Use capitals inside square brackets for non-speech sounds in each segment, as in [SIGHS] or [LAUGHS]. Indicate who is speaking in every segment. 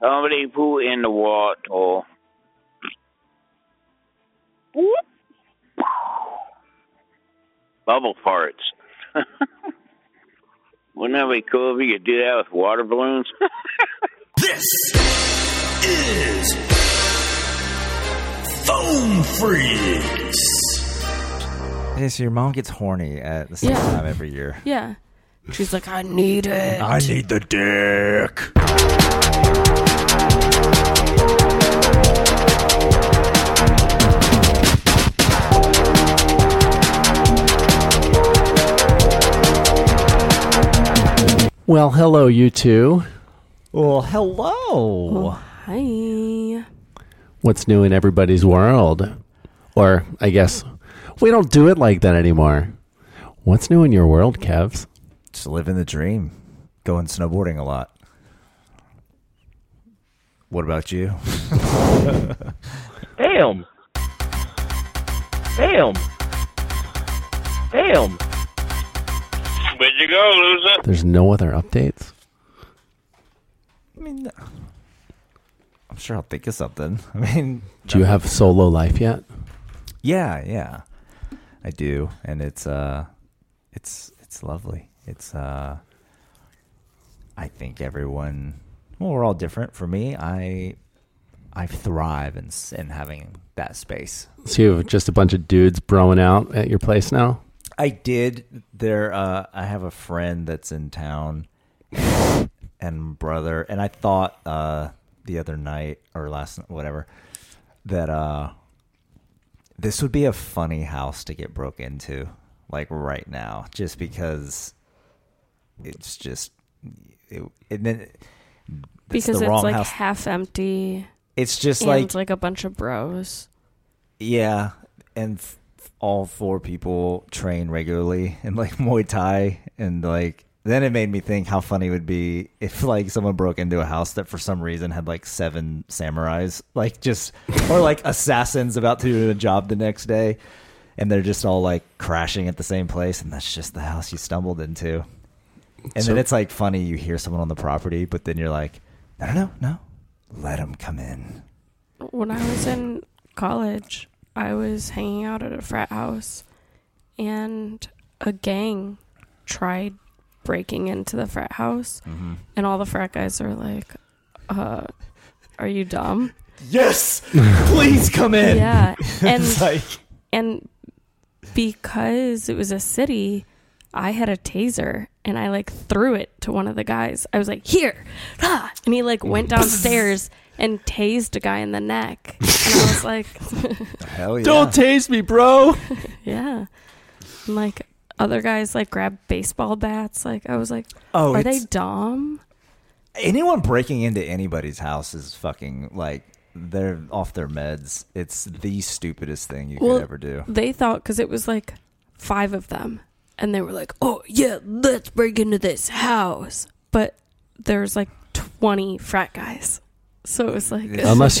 Speaker 1: Somebody put in the water.
Speaker 2: Whoop.
Speaker 1: Bubble parts. [LAUGHS] Wouldn't that be cool if you could do that with water balloons?
Speaker 3: This is Phone Freaks.
Speaker 4: Hey, so your mom gets horny at the same
Speaker 2: Yeah.
Speaker 4: time every year.
Speaker 2: Yeah. She's like, I need it.
Speaker 3: I need the dick.
Speaker 5: Well, hello, you two.
Speaker 4: Well,
Speaker 2: Oh.
Speaker 4: hello.
Speaker 2: Hi.
Speaker 5: What's new in everybody's world? Or, I guess, we don't do it like that anymore. What's new in your world, Kevs?
Speaker 4: Just living the dream. Going snowboarding a lot. What about you?
Speaker 6: Damn. Damn. Damn.
Speaker 1: Where'd you go, loser?
Speaker 5: There's no other updates.
Speaker 4: I mean, I'm sure I'll think of something. [LAUGHS] I mean,
Speaker 5: Do you have solo life yet?
Speaker 4: yeah, yeah, I do, and it's uh, it's it's lovely. It's uh, I think everyone. Well, we're all different. For me, I I thrive in s- in having that space.
Speaker 5: So you have just a bunch of dudes broing out at your place now?
Speaker 4: I did there. Uh, I have a friend that's in town, and brother, and I thought uh, the other night or last night, whatever, that uh, this would be a funny house to get broke into, like right now, just because it's just, it, and then it's
Speaker 2: Because
Speaker 4: the
Speaker 2: it's
Speaker 4: wrong
Speaker 2: like
Speaker 4: house.
Speaker 2: half empty
Speaker 4: It's just
Speaker 2: and
Speaker 4: like
Speaker 2: like, a bunch of bros.
Speaker 4: Yeah, and f- all four people train regularly in like [LAUGHS] Muay Thai, and like then it made me think how funny it would be if like someone broke into a house that for some reason had like seven samurais, like just or like assassins about to do a job the next day, and they're just all like crashing at the same place, and that's just the house you stumbled into. And
Speaker 5: So-
Speaker 4: then it's like funny you hear someone on the property, but then you're like, no, no, no, no, let them come in.
Speaker 2: When I was in college, I was hanging out at a frat house and a gang tried breaking into the frat house
Speaker 4: Mm-hmm.
Speaker 2: and all the frat guys are like, uh, are
Speaker 4: [LAUGHS]
Speaker 2: you dumb?
Speaker 4: Yes, please come in. [LAUGHS]
Speaker 2: Yeah. And
Speaker 4: It's like
Speaker 2: and because it was a city i had a taser and i like threw it to one of the guys i was like here ah! and he like went downstairs and tased a guy in the neck
Speaker 4: [LAUGHS]
Speaker 2: and i was like
Speaker 4: hell yeah.
Speaker 5: taste
Speaker 4: [LAUGHS]
Speaker 5: me, bro.
Speaker 2: [LAUGHS] yeah and, like other guys like grabbed baseball bats like i was like
Speaker 4: Oh,
Speaker 2: are they
Speaker 4: it's-
Speaker 2: dumb
Speaker 4: anyone breaking into anybody's house is fucking like they're off their meds. It's the stupidest thing you
Speaker 2: Well,
Speaker 4: could ever do.
Speaker 2: they thought because it was like five of them and they were like oh yeah let's break into this house but there's like 20 frat guys so it was like
Speaker 5: Unless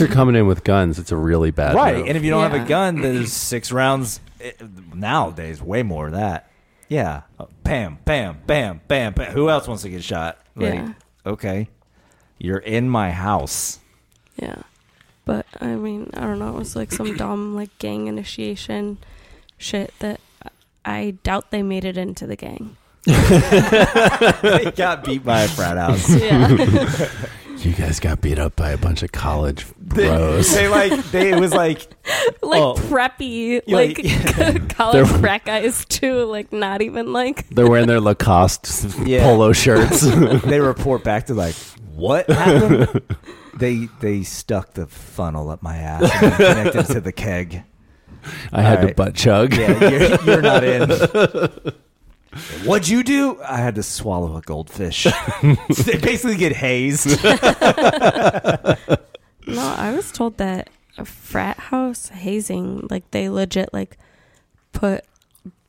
Speaker 2: [LAUGHS]
Speaker 5: you're coming in with guns, it's a really bad
Speaker 4: Right,
Speaker 5: move.
Speaker 4: and if you don't have
Speaker 2: Yeah.
Speaker 4: a gun, there's six rounds eh, nowadays. Way more of that. Yeah, Uh, bam, bam, bam, bam, bam. Who else wants to get shot? Like,
Speaker 2: Yeah.
Speaker 4: okay, you're in my house.
Speaker 2: yeah but i mean i don't know it was like some dumb like gang initiation shit that i doubt they made it into the gang
Speaker 4: [LAUGHS] they got beat by a frat
Speaker 5: [LAUGHS]
Speaker 4: house.
Speaker 2: yeah
Speaker 5: You guys got beat up by a bunch of college bros.
Speaker 4: they like they it was like
Speaker 2: [LAUGHS] like
Speaker 4: Oh.
Speaker 2: preppy
Speaker 4: Yeah,
Speaker 2: like
Speaker 4: [LAUGHS]
Speaker 2: [LAUGHS]
Speaker 5: There
Speaker 2: college
Speaker 5: were-
Speaker 2: frat guys too like not even like
Speaker 5: They're wearing their Lacoste
Speaker 4: [LAUGHS] Yeah.
Speaker 5: polo shirts.
Speaker 4: [LAUGHS] they report back to like what
Speaker 5: [LAUGHS]
Speaker 4: happened they they stuck the funnel up my ass and connected to the keg
Speaker 5: I had to
Speaker 4: Alright.
Speaker 5: butt chug.
Speaker 4: yeah you're, you're not
Speaker 5: [LAUGHS]
Speaker 4: in what'd you do i had to swallow a
Speaker 5: [LAUGHS]
Speaker 4: goldfish they basically get hazed
Speaker 2: No, I was told that a frat house hazing, like they legit like put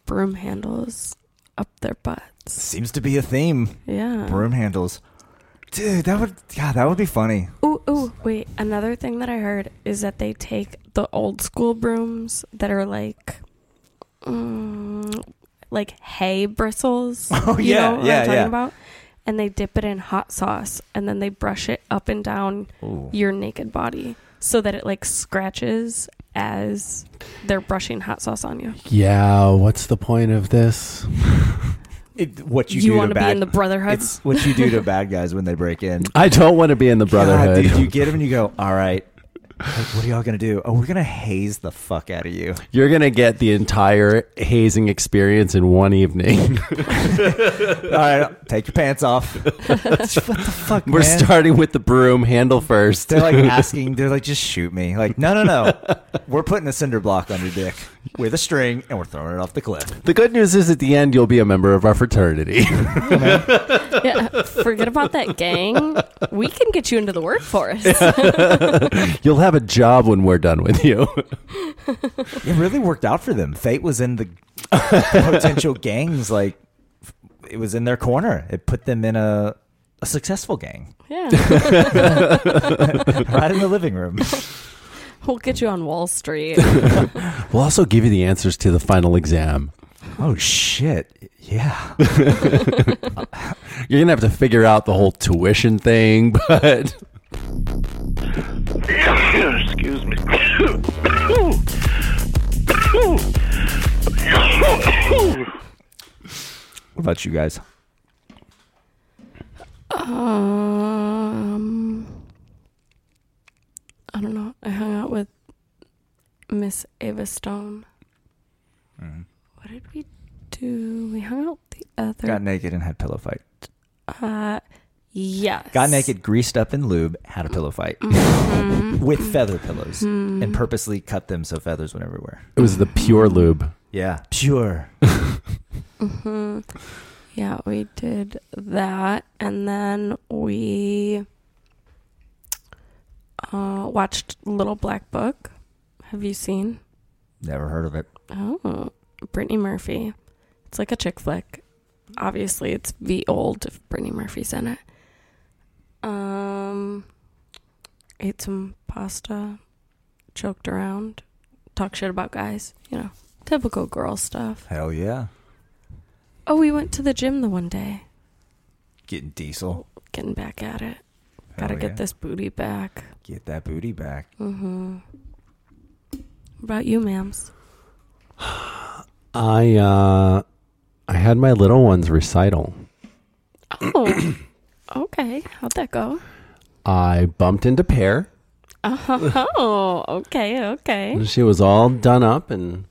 Speaker 2: broom handles up their butts.
Speaker 4: seems to be a theme
Speaker 2: Yeah.
Speaker 4: broom handles dude that would god that would be funny
Speaker 2: Ooh, ooh, wait. Another thing that I heard is that they take the old school brooms that are like, mm, like hay bristles.
Speaker 4: Oh,
Speaker 2: you
Speaker 4: yeah,
Speaker 2: know what
Speaker 4: [LAUGHS] Oh, yeah,
Speaker 2: I'm talking
Speaker 4: yeah.
Speaker 2: about, and they dip it in hot sauce and then they brush it up and down
Speaker 4: Ooh.
Speaker 2: your naked body so that it like scratches as they're brushing hot sauce on you.
Speaker 5: Yeah, what's the point of this?
Speaker 4: It, [LAUGHS] what you,
Speaker 2: You
Speaker 4: do
Speaker 2: wanna
Speaker 4: to
Speaker 2: be
Speaker 4: bad,
Speaker 2: in the Brotherhood?
Speaker 4: It's what you do to bad guys when they break in.
Speaker 5: I don't want to be in the
Speaker 4: God,
Speaker 5: brotherhood.
Speaker 4: dude, you get them and you go, all right. Like, what are y'all gonna do? Oh, we're gonna haze the fuck out of you.
Speaker 5: You're gonna get the entire hazing experience in one
Speaker 4: [LAUGHS]
Speaker 5: evening.
Speaker 4: All right, take your pants off. what the fuck?
Speaker 5: We're
Speaker 4: man?
Speaker 5: starting with the broom handle first. [LAUGHS]
Speaker 4: They're like asking. They're like, just shoot me. Like, no, no, no. we're putting a cinder block on your dick with a string, and we're throwing it off the cliff.
Speaker 5: The good news is at the end you'll be a member of
Speaker 4: [LAUGHS]
Speaker 5: our fraternity.
Speaker 2: [LAUGHS] Yeah, forget about that gang. We can get you into
Speaker 4: [LAUGHS]
Speaker 2: the workforce. [LAUGHS]
Speaker 5: you'll have a job when we're done with you. [LAUGHS]
Speaker 4: It really worked out for them. Fate was in the [LAUGHS] potential gangs. Like, it was in their corner. It put them in a a successful gang
Speaker 2: Yeah.
Speaker 4: [LAUGHS] right in the living
Speaker 2: [LAUGHS]
Speaker 4: room.
Speaker 2: We'll get you on Wall
Speaker 4: [LAUGHS]
Speaker 2: Street.
Speaker 5: We'll also give you the answers to the final exam.
Speaker 4: Oh shit! Yeah.
Speaker 5: [LAUGHS] You're gonna have to figure out the whole tuition thing, [LAUGHS] but
Speaker 6: [COUGHS]
Speaker 1: Excuse
Speaker 2: [COUGHS]
Speaker 1: me.
Speaker 4: What about you guys?
Speaker 2: Um, I don't know. I hung out with Miss Ava Stone.
Speaker 4: Mm.
Speaker 2: What did we do? We hung out the other.
Speaker 4: Got naked and had pillow fight.
Speaker 2: uh, yes.
Speaker 4: Got naked, greased up in lube, had a pillow fight
Speaker 2: Mm-hmm.
Speaker 4: [LAUGHS] with feather pillows, and purposely cut them so feathers went everywhere.
Speaker 5: it was the pure lube.
Speaker 4: Yeah, pure.
Speaker 2: Mm-hmm. Yeah, we did that, and then we uh, watched Little Black Book. Have you seen?
Speaker 4: Never heard of it.
Speaker 2: Oh, Brittany Murphy. It's like a chick flick. Obviously, it's the old if Brittany Murphy's in it. Um, ate some pasta, choked around, talk shit about guys. You know, typical girl stuff.
Speaker 4: Hell yeah,
Speaker 2: Oh, we went to the gym the one day.
Speaker 4: getting diesel.
Speaker 2: Getting back at it. Gotta
Speaker 4: Hell yeah.
Speaker 2: get this booty back. Mm-hmm.
Speaker 4: Get that booty back.
Speaker 2: What about you, ma'ams?
Speaker 5: [LAUGHS] I uh I had my little one's recital.
Speaker 2: Oh, [COUGHS] okay. How'd that go? [LAUGHS]
Speaker 5: I bumped into Pear.
Speaker 2: Oh, okay, okay.
Speaker 5: She was all done up and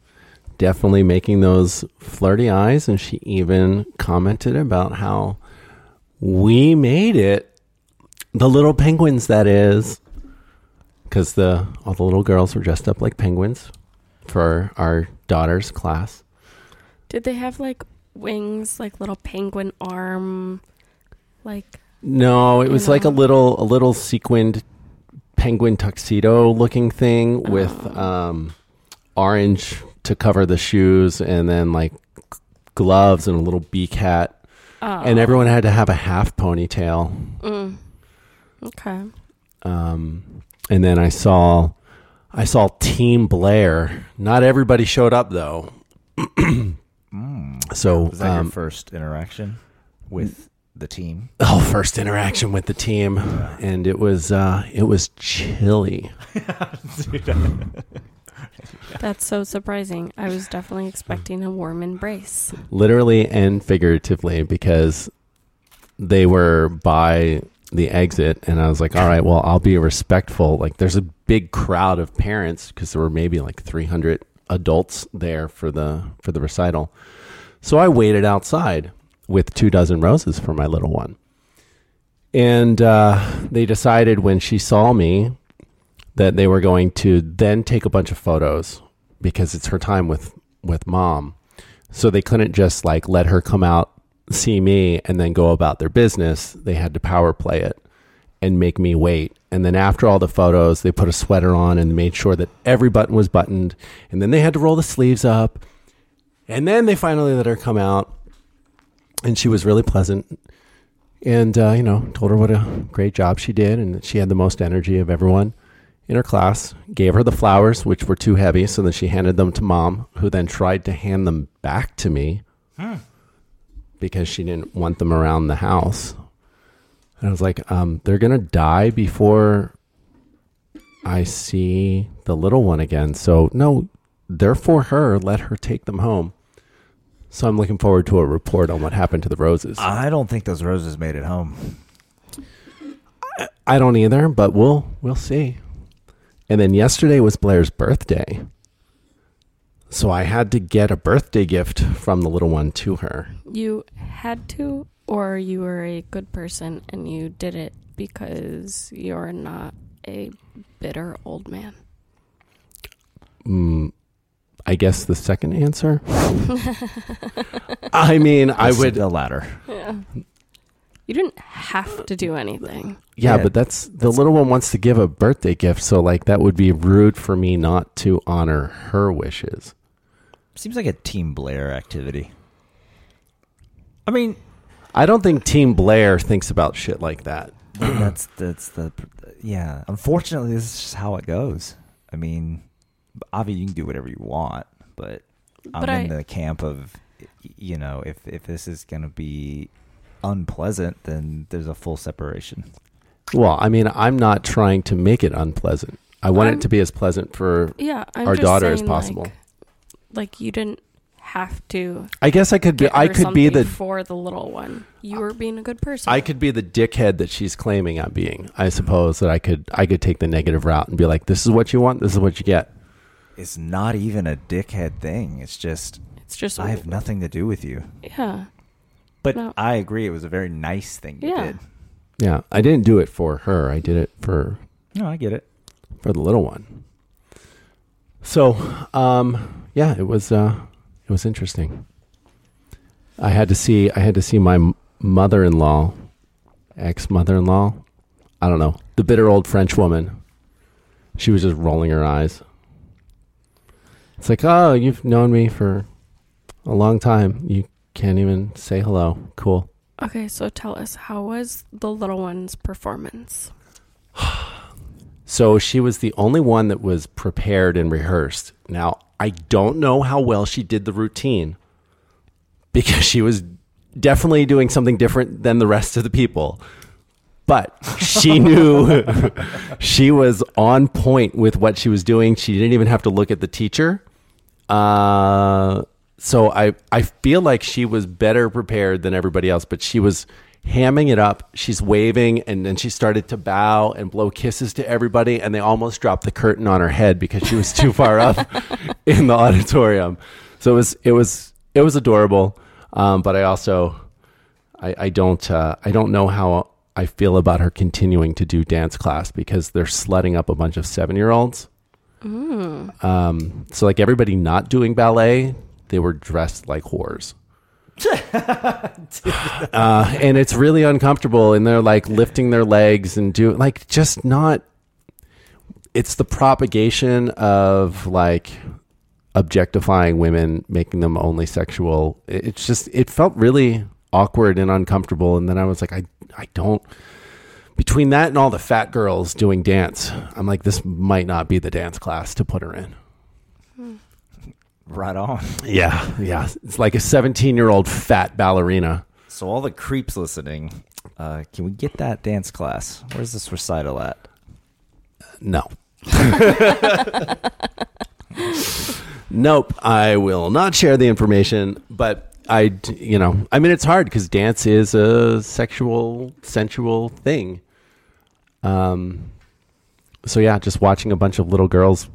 Speaker 5: definitely making those flirty eyes. And she even commented about how we made it. The little penguins, that is. Because the, all the little girls were dressed up like penguins for our daughter's class.
Speaker 2: Did they have like wings, like little penguin arm, like
Speaker 5: No, it was like a little a little sequined penguin tuxedo looking thing with um, orange to cover the shoes and then like gloves and a little beak hat. And everyone had to have a half ponytail.
Speaker 2: okay?
Speaker 5: Um, and then I saw I saw Team Blair. Not everybody showed up though. So
Speaker 4: Mm. Was that
Speaker 5: um,
Speaker 4: your first interaction with the team?
Speaker 5: oh, first interaction with the team, and it was uh, it was chilly.
Speaker 2: That's so surprising. I was definitely expecting a warm embrace.
Speaker 5: literally and figuratively because they were by the exit and i was like all right well i'll be respectful like there's a big crowd of parents because there were maybe like 300 adults there for the for the recital so i waited outside with two dozen roses for my little one and uh, they decided when she saw me that they were going to then take a bunch of photos because it's her time with with mom so they couldn't just like let her come out see me and then go about their business they had to power play it and make me wait and then after all the photos they put a sweater on and made sure that every button was buttoned and then they had to roll the sleeves up and then they finally let her come out and she was really pleasant and uh, you know told her what a great job she did and that she had the most energy of everyone in her class gave her the flowers which were too heavy so then she handed them to mom who then tried to hand them back to me because she didn't want them around the house And I was like, um, they're going to die before I see the little one again. So, no, they're for her. Let her take them home. So, I'm looking forward to a report on what happened to the roses.
Speaker 4: I don't think those roses made it home.
Speaker 5: I don't either, but we'll we'll see. And then yesterday was Blair's birthday. So I had to get a birthday gift from the little one to her.
Speaker 2: You had to, or you were a good person and you did it because you're not a bitter old man. [LAUGHS]
Speaker 5: Mm, I guess the second
Speaker 4: [LAUGHS]
Speaker 5: answer. I mean, I
Speaker 4: It's
Speaker 5: would
Speaker 4: the latter.
Speaker 2: You didn't have to do anything.
Speaker 5: yeah,
Speaker 4: Yeah,
Speaker 5: but that's the little one wants to give a birthday gift, so like that would be rude for me not to honor her wishes.
Speaker 4: Seems like a Team Blair activity. I mean,
Speaker 5: I don't think Team Blair thinks about shit like that.
Speaker 4: that's that's the yeah. Unfortunately, this is just how it goes. I mean, obviously you can do whatever you want, but I'm
Speaker 2: But
Speaker 4: in
Speaker 2: I-
Speaker 4: the camp of y- you know if if this is gonna be unpleasant, then there's a full separation.
Speaker 5: Well, I mean, I'm not trying to make it unpleasant. I want
Speaker 2: I'm-
Speaker 5: it to be as pleasant for
Speaker 2: Yeah, I'm
Speaker 5: Our
Speaker 2: just
Speaker 5: daughter is
Speaker 2: saying,
Speaker 5: possible.
Speaker 2: Like, like you didn't have to.
Speaker 5: I guess I could be.
Speaker 2: Get
Speaker 5: I
Speaker 2: her
Speaker 5: could be
Speaker 2: something
Speaker 5: the.
Speaker 2: for the little one. You were being a good person.
Speaker 5: I could be the dickhead that she's claiming I'm being. I suppose that I could. I could take the negative route and be like, "This is what you want. This is what you get."
Speaker 4: It's not even a dickhead thing. It's just
Speaker 2: It's just
Speaker 4: I have nothing to do with you.
Speaker 2: Yeah,
Speaker 4: But
Speaker 2: No.
Speaker 4: I agree, it was a very nice thing you
Speaker 2: Yeah.
Speaker 4: did.
Speaker 5: Yeah, I didn't do it for her. I did it for
Speaker 4: No, I get it.
Speaker 5: for the little one. So, um, yeah, it was uh, it was interesting. I had to see I had to see my mother in law, ex mother in law. I don't know the bitter old French woman. She was just rolling her eyes. It's like, oh, you've known me for a long time. You can't even say hello. Cool.
Speaker 2: Okay, so tell us, how was the little one's performance?
Speaker 5: So she was the only one that was prepared and rehearsed. Now, I don't know how well she did the routine because she was definitely doing something different than the rest of the people. But she knew [LAUGHS] she was on point with what she was doing. She didn't even have to look at the teacher. Uh, so I, I feel like she was better prepared than everybody else, but she was hamming it up. She's waving and then she started to bow and blow kisses to everybody. And they almost dropped the curtain on her head because she was too far up [LAUGHS] in the auditorium. So it was, it was, it was adorable. Um, but I also, I, I don't, uh, I don't know how I feel about her continuing to do dance class because they're sledding up a bunch of seven year olds. Um, so like everybody not doing ballet, they were dressed like whores. uh, and it's really uncomfortable and they're like lifting their legs and doing like just not it's the propagation of like objectifying women making them only sexual It- it's just it felt really awkward and uncomfortable and then i was like i i don't between that and all the fat girls doing dance i'm like this might not be the dance class to put her in
Speaker 4: Right on.
Speaker 5: yeah yeah it's like a 17 year old fat ballerina
Speaker 4: So all the creeps listening, uh, can we get that dance class? Where's this recital at? [LAUGHS]
Speaker 5: No. nope. I will not share the information, but I, d- you know, I mean, it's hard because dance is a sexual, sensual thing. Um, so yeah, just watching a bunch of little girls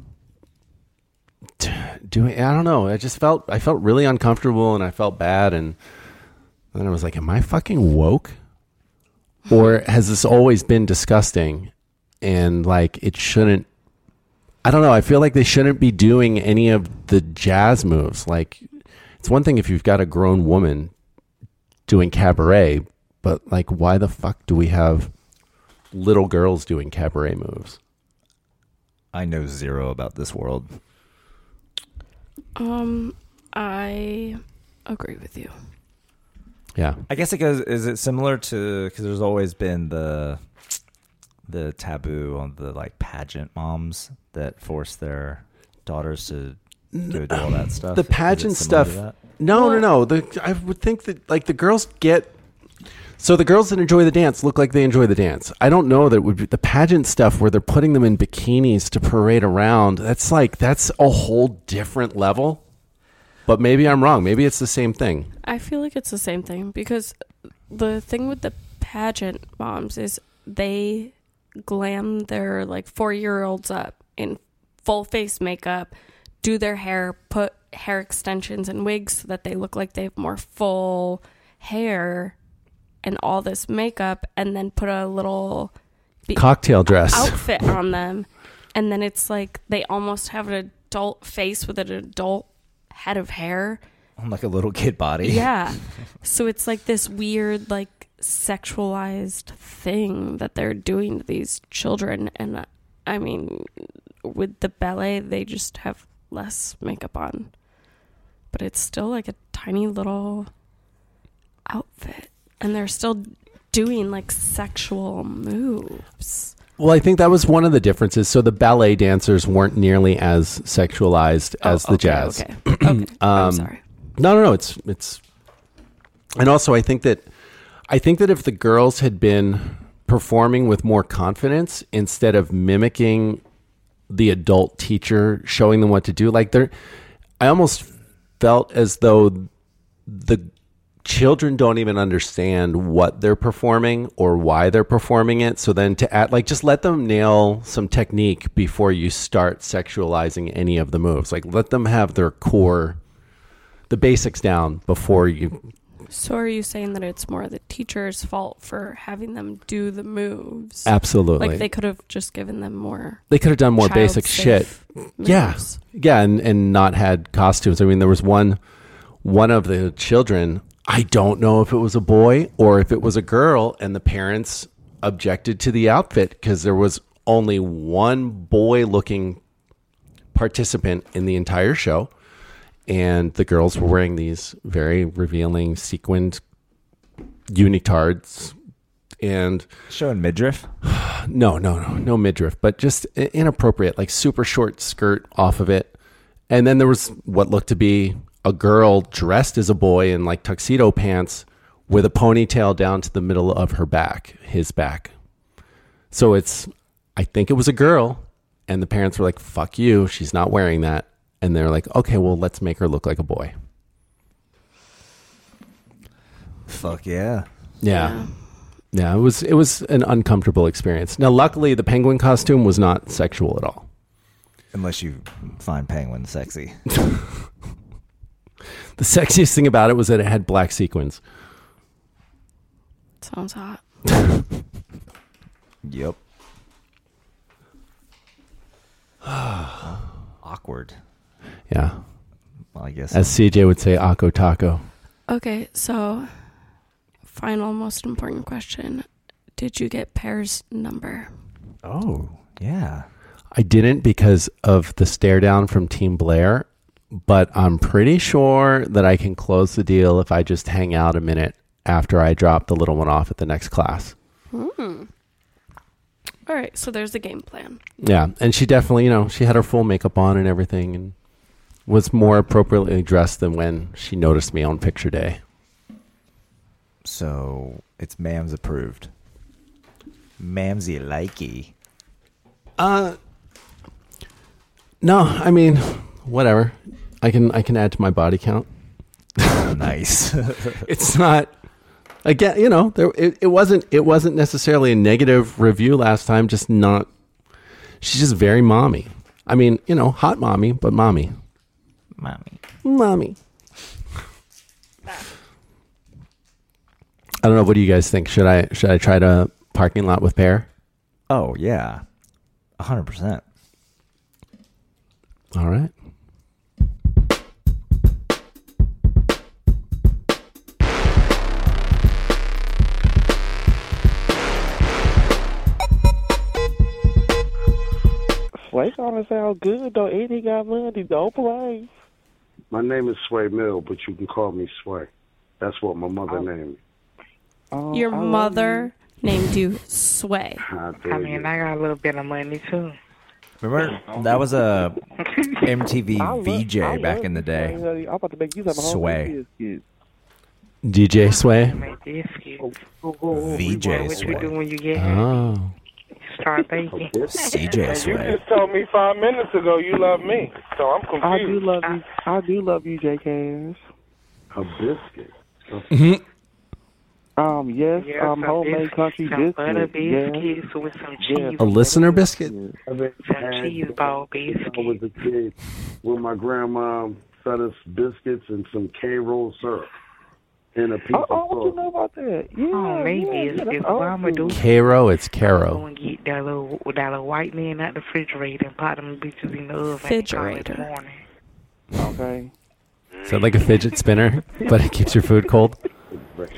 Speaker 5: t- doing, I don't know. I just felt, I felt really uncomfortable and I felt bad. And then I was like, am I fucking woke? Or has this always been disgusting? and like it shouldn't I don't know, I feel like they shouldn't be doing any of the jazz moves. Like it's one thing if you've got a grown woman doing cabaret, but like why the fuck do we have little girls doing cabaret moves?
Speaker 4: I know zero about this world.
Speaker 2: Um, I agree with you.
Speaker 5: Yeah.
Speaker 4: I guess it goes. Is it similar to because there's always been the the taboo on the like pageant moms that force their daughters to go do all that stuff.
Speaker 5: The
Speaker 4: Is it
Speaker 5: pageant
Speaker 4: similar
Speaker 5: stuff.
Speaker 4: to that?
Speaker 5: No, no, no. The I would think that like the girls get So the girls that enjoy the dance look like they enjoy the dance. I don't know that it would be the pageant stuff where they're putting them in bikinis to parade around. That's like that's a whole different level. But maybe I'm wrong. Maybe it's the same thing.
Speaker 2: I feel like it's the same thing because the thing with the pageant moms is they glam their like four year olds up in full face makeup, do their hair, put hair extensions and wigs so that they look like they have more full hair and all this makeup, and then put a little be-
Speaker 5: Cocktail dress.
Speaker 2: outfit on them. And then it's like they almost have an adult face with an adult head of hair.
Speaker 4: I'm like a little kid body. [LAUGHS]
Speaker 2: Yeah. So it's like this weird, like sexualized thing that they're doing to these children. And uh, I mean, with the ballet, they just have less makeup on, but it's still like a tiny little outfit. And they're still doing like sexual moves.
Speaker 5: Well, I think that was one of the differences. So the ballet dancers weren't nearly as sexualized as the
Speaker 2: Oh, okay,
Speaker 5: jazz. Um,
Speaker 2: Okay. [CLEARS THROAT]
Speaker 5: [CLEARS THROAT]
Speaker 2: okay. I'm sorry.
Speaker 5: No, no, no. It's it's, and also I think that, I think that if the girls had been performing with more confidence instead of mimicking the adult teacher showing them what to do, like they're, I almost felt as though the children don't even understand what they're performing or why they're performing it. So then to add, like, just let them nail some technique before you start sexualizing any of the moves. Like, let them have their core the basics down before you
Speaker 2: So are you saying that it's more the teacher's fault for having them do the moves?
Speaker 5: absolutely
Speaker 2: Like they could have just given them more
Speaker 5: they could have done more basic shit yeah
Speaker 2: Yes.
Speaker 5: yeah and, and not had costumes i mean there was one one of the children i don't know if it was a boy or if it was a girl and the parents objected to the outfit because there was only one boy looking participant in the entire show and the girls were wearing these very revealing sequined unitards and
Speaker 4: Showing midriff.
Speaker 5: [SIGHS] no, no, no, no midriff, but just i- inappropriate, like super short skirt off of it. And then there was what looked to be a girl dressed as a boy in like tuxedo pants with a ponytail down to the middle of her back, his back. So it's, I think it was a girl. And the parents were like, fuck you, she's not wearing that. And they're like, okay, well, let's make her look like a boy.
Speaker 4: Fuck yeah.
Speaker 5: Yeah. Yeah, it was it was an uncomfortable experience. Now luckily the penguin costume was not sexual at all. [LAUGHS]
Speaker 4: Unless you find penguin
Speaker 5: [SIGHS]
Speaker 4: sexy.
Speaker 5: The sexiest thing about it was that it had black sequins.
Speaker 2: Sounds hot.
Speaker 4: Yep. Awkward.
Speaker 5: Yeah.
Speaker 4: Well, I guess.
Speaker 5: As CJ would say, Akko Taco.
Speaker 2: Okay, so final most important question. Did you get Pear's number?
Speaker 4: oh yeah.
Speaker 5: I didn't because of the stare down from Team Blair, but I'm pretty sure that I can close the deal if I just hang out a minute after I drop the little one off at the next class.
Speaker 2: All right, so there's the game plan.
Speaker 5: Yeah. And she definitely, you know, she had her full makeup on and everything and was more appropriately dressed than when she noticed me on picture day.
Speaker 4: So it's Mam's approved. Mamsy likey.
Speaker 5: No, I mean, whatever. I can I can add to my body count.
Speaker 4: [LAUGHS] nice.
Speaker 5: [LAUGHS] it's not again you know there it, it wasn't it wasn't necessarily a negative review last time just not she's just very mommy i mean you know hot mommy but mommy
Speaker 4: Mommy.
Speaker 5: mommy i don't know what do you guys think should i should i try to parking lot with pear
Speaker 4: Oh yeah. A hundred percent.
Speaker 5: all right
Speaker 6: Sway gonna sound good though. And he got money. Don't play.
Speaker 7: My name is Sway Mill, but you can call me Sway. That's what my mother
Speaker 8: Oh,
Speaker 7: named me.
Speaker 6: Um,
Speaker 2: Your
Speaker 6: I love
Speaker 2: mother named you Sway.
Speaker 7: How
Speaker 6: you.
Speaker 7: dare
Speaker 6: I mean,
Speaker 7: you.
Speaker 6: I got a little bit of money too.
Speaker 4: Remember that was
Speaker 9: [LAUGHS]
Speaker 4: a MTV
Speaker 6: I love- I
Speaker 4: VJ
Speaker 6: love
Speaker 4: back in the
Speaker 6: you,
Speaker 4: day.
Speaker 6: honey. I'm about to make you some
Speaker 4: Sway.
Speaker 6: homemade biscuits.
Speaker 5: DJ Sway.
Speaker 8: Make the excuse. Go, go, go.
Speaker 4: VJ
Speaker 8: Rewind what
Speaker 4: Sway.
Speaker 8: you do when you get home.
Speaker 5: Oh.
Speaker 8: Start baking.
Speaker 4: CJ Sway.
Speaker 10: Just told me five minutes ago you love me, so I'm
Speaker 6: I do
Speaker 10: confused.
Speaker 6: love you. I do love you, J. Cass.
Speaker 7: A biscuit.
Speaker 6: Um, yes,
Speaker 8: Yeah,
Speaker 6: um,
Speaker 8: some
Speaker 6: homemade
Speaker 8: biscuits,
Speaker 6: country
Speaker 8: some butter
Speaker 6: biscuit. Yeah. Oh,
Speaker 8: biscuits with some cheese.
Speaker 5: A listener biscuit?
Speaker 7: I've been
Speaker 8: Some cheese ball
Speaker 7: I was
Speaker 8: biscuits.
Speaker 7: a kid when my grandma fed us biscuits and some K roll syrup and a piece
Speaker 6: Oh, oh,
Speaker 7: of
Speaker 6: what you know about that? Yeah,
Speaker 8: Oh, maybe
Speaker 6: yeah,
Speaker 8: it's-
Speaker 6: yeah, that's
Speaker 8: it's
Speaker 6: old
Speaker 8: Mama
Speaker 6: food.
Speaker 8: Duke.
Speaker 5: Caro, it's
Speaker 8: Go
Speaker 5: Caro.
Speaker 8: and get that little, that little white man out the refrigerator and pot them bitches in the oven. and call it
Speaker 2: Refrigerator.
Speaker 8: a morning.
Speaker 6: Okay.
Speaker 5: Is that like a fidget spinner, [LAUGHS] but it keeps your food cold? [LAUGHS]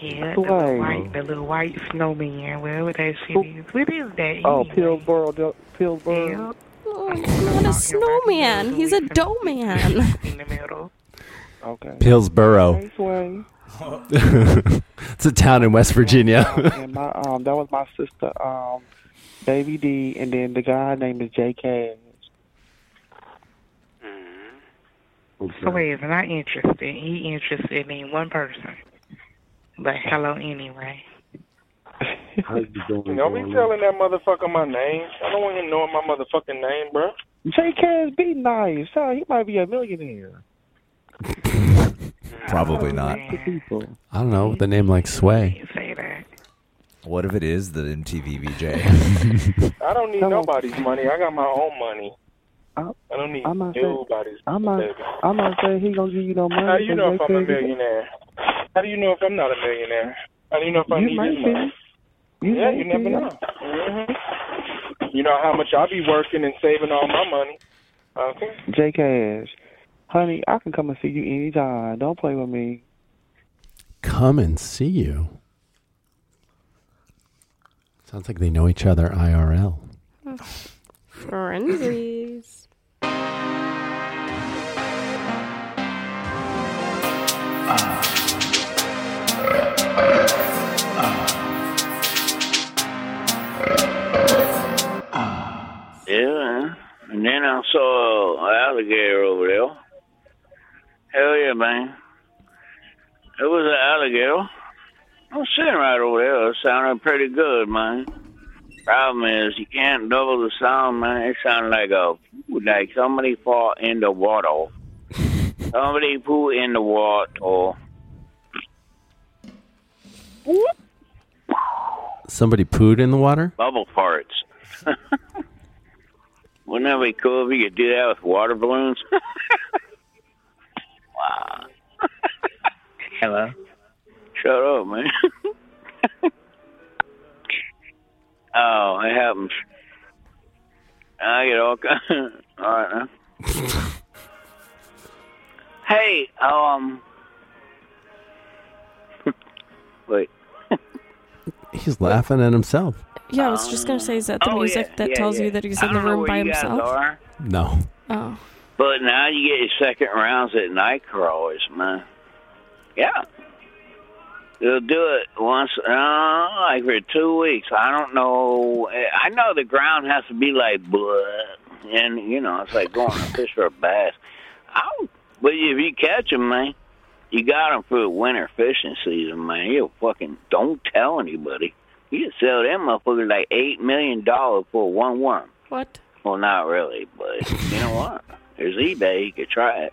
Speaker 8: Yeah, the little
Speaker 6: Right.
Speaker 8: white, the little white snowman, whatever that shit is. What is that?
Speaker 6: Oh,
Speaker 8: anyway?
Speaker 6: Pillsboro, Del- Pillsboro.
Speaker 8: Yeah.
Speaker 2: Oh, he's not a snowman. He's a dough man.
Speaker 8: in the middle.
Speaker 6: Okay.
Speaker 5: Pillsboro.
Speaker 6: Hey, Sway.
Speaker 5: It's a town in West Virginia. [LAUGHS]
Speaker 6: and my um, that was my sister, um, Baby D, and then the guy name is J. Cass.
Speaker 8: So he is not interested. He interested in one person. But hello anyway.
Speaker 7: How you doing?
Speaker 10: Don't be telling that motherfucker my name. I don't want him knowing my motherfucking name, bro.
Speaker 6: J. Cass, be nice. Huh? He might be a millionaire.
Speaker 4: Probably not.
Speaker 6: The people.
Speaker 5: I don't know, with a name like Sway.
Speaker 8: You say that.
Speaker 4: What if it is the MTV VJ?
Speaker 9: [LAUGHS]
Speaker 10: I don't need
Speaker 6: Come on.
Speaker 10: nobody's money. I got my own money.
Speaker 6: I-
Speaker 10: I don't need
Speaker 6: I'm not saying-
Speaker 10: nobody's
Speaker 6: I'm not.
Speaker 10: money, baby.
Speaker 6: I'm not saying he gonna give you no money.
Speaker 10: How do you
Speaker 6: but
Speaker 10: know
Speaker 6: J.
Speaker 10: if I'm a
Speaker 6: Cass-
Speaker 10: millionaire? How do you know if I'm not a millionaire? How do you know if I
Speaker 6: You
Speaker 10: need
Speaker 6: might
Speaker 10: his money?
Speaker 6: be. You
Speaker 10: Yeah,
Speaker 6: might
Speaker 10: you never
Speaker 6: be.
Speaker 10: know. hmm You know how much I be working and saving all my money. Okay.
Speaker 6: J. Cash, honey, I can come and see you anytime. Don't play with me.
Speaker 5: Come and see you. Sounds like they know each other IRL.
Speaker 2: Forensies.
Speaker 1: Yeah. And then I saw an alligator over there. Hell yeah, man. It was an alligator. I'm sitting right over there. It sounded pretty good, man. Problem is, you can't double the sound, man. It sounded like a like somebody fall in the water. Somebody poo in the water.
Speaker 5: Somebody pooed in the water?
Speaker 1: bubble parts. [LAUGHS] Wouldn't that be cool if you could do that with water balloons? [LAUGHS] wow. Hello. Shut up, man. [LAUGHS] oh, it happens. I get all kind. [LAUGHS] all right. Now. [LAUGHS] hey, um, wait.
Speaker 5: He's laughing at himself.
Speaker 2: Yeah, I was just gonna say, is that the
Speaker 9: Um,
Speaker 1: Oh,
Speaker 2: music
Speaker 1: yeah,
Speaker 2: that
Speaker 1: yeah,
Speaker 2: tells you
Speaker 1: yeah.
Speaker 2: that he's
Speaker 1: I
Speaker 2: in the
Speaker 1: don't know
Speaker 2: room
Speaker 1: where
Speaker 2: by
Speaker 1: you guys
Speaker 2: himself?
Speaker 1: are.
Speaker 5: No.
Speaker 2: Oh,
Speaker 1: But now you get your second rounds at night crawlers, man. Yeah. They'll do it once, uh, like for two weeks. I don't know. I know the ground has to be like, bleh. and you know, it's like going to fish for a bass. I, don't- but if you catch 'em, man, you got 'em for the winter fishing season, man. You fucking don't tell anybody. You can sell them motherfuckers like eight million dollars for one worm.
Speaker 2: what?
Speaker 1: Well, not really, but you know what? There's eBay. You could try it.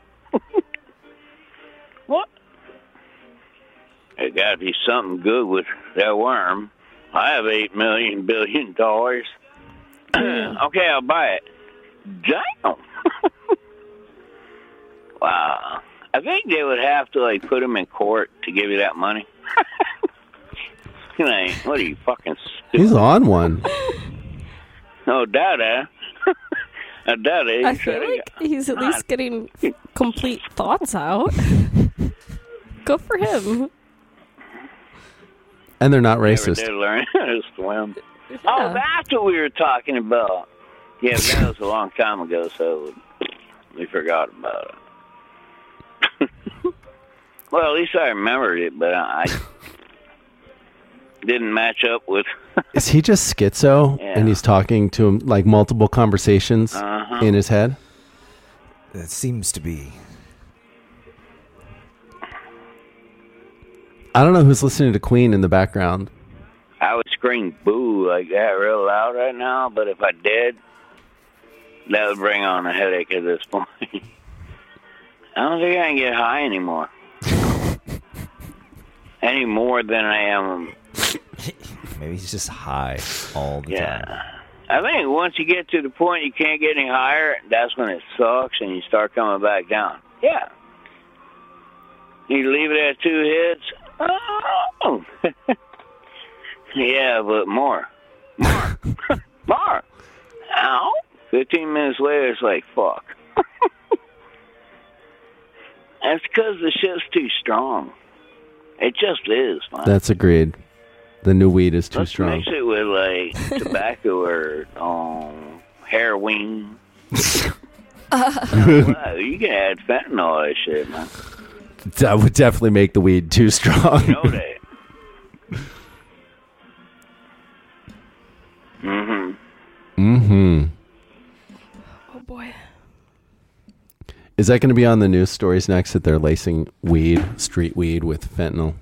Speaker 1: what? There got to be something good with that worm. I have eight million [LAUGHS] billion dollars. [CLEARS THROAT] okay, I'll buy it. Damn. [LAUGHS] wow. I think they would have to like put him in court to give you that money. [LAUGHS] like, what are you fucking stupid?
Speaker 5: He's on one.
Speaker 1: No, eh? [LAUGHS] Dada. Uh, Dada.
Speaker 2: I feel like he's at least
Speaker 9: [LAUGHS]
Speaker 2: getting complete thoughts out. [LAUGHS] Go for him.
Speaker 5: And they're not
Speaker 1: Never
Speaker 5: racist.
Speaker 1: did learn [LAUGHS] how to swim.
Speaker 2: Yeah.
Speaker 1: Oh, that's what we were talking about. Yeah, but that was a long time ago, so we forgot about it. [LAUGHS] well, at least I remembered it, but I didn't match up with.
Speaker 5: Is he just schizo
Speaker 1: Yeah.
Speaker 5: and he's talking to him like multiple conversations
Speaker 1: Uh-huh.
Speaker 5: in his head?
Speaker 4: it seems to be.
Speaker 5: I don't know who's listening to Queen in the background.
Speaker 1: I would scream boo like that real loud right now, but if I did, that would bring on a headache at this point. [LAUGHS] I don't think I can get high anymore. Any more than I am.
Speaker 4: Maybe he's just high all the time.
Speaker 1: I think once you get to the point you can't get any higher, that's when it sucks and you start coming back down. Yeah. You leave it at two hits. Oh. [LAUGHS] yeah, but more. [LAUGHS] More. more. Ow. 15 minutes later, it's like, fuck. [LAUGHS] That's because the shit's too strong. It just is, man.
Speaker 5: That's agreed. The new weed is too
Speaker 1: Let's
Speaker 5: strong.
Speaker 1: mix it with like
Speaker 5: [LAUGHS]
Speaker 1: tobacco or um, heroin. wow, you can add fentanyl to that shit, man.
Speaker 5: [LAUGHS] That would definitely make the weed too strong. [LAUGHS]
Speaker 1: Know that.
Speaker 11: Mm-hmm.
Speaker 1: hmm
Speaker 5: hmm
Speaker 2: Oh boy.
Speaker 5: Is that going to be on the news stories next that they're lacing weed, street weed, with fentanyl?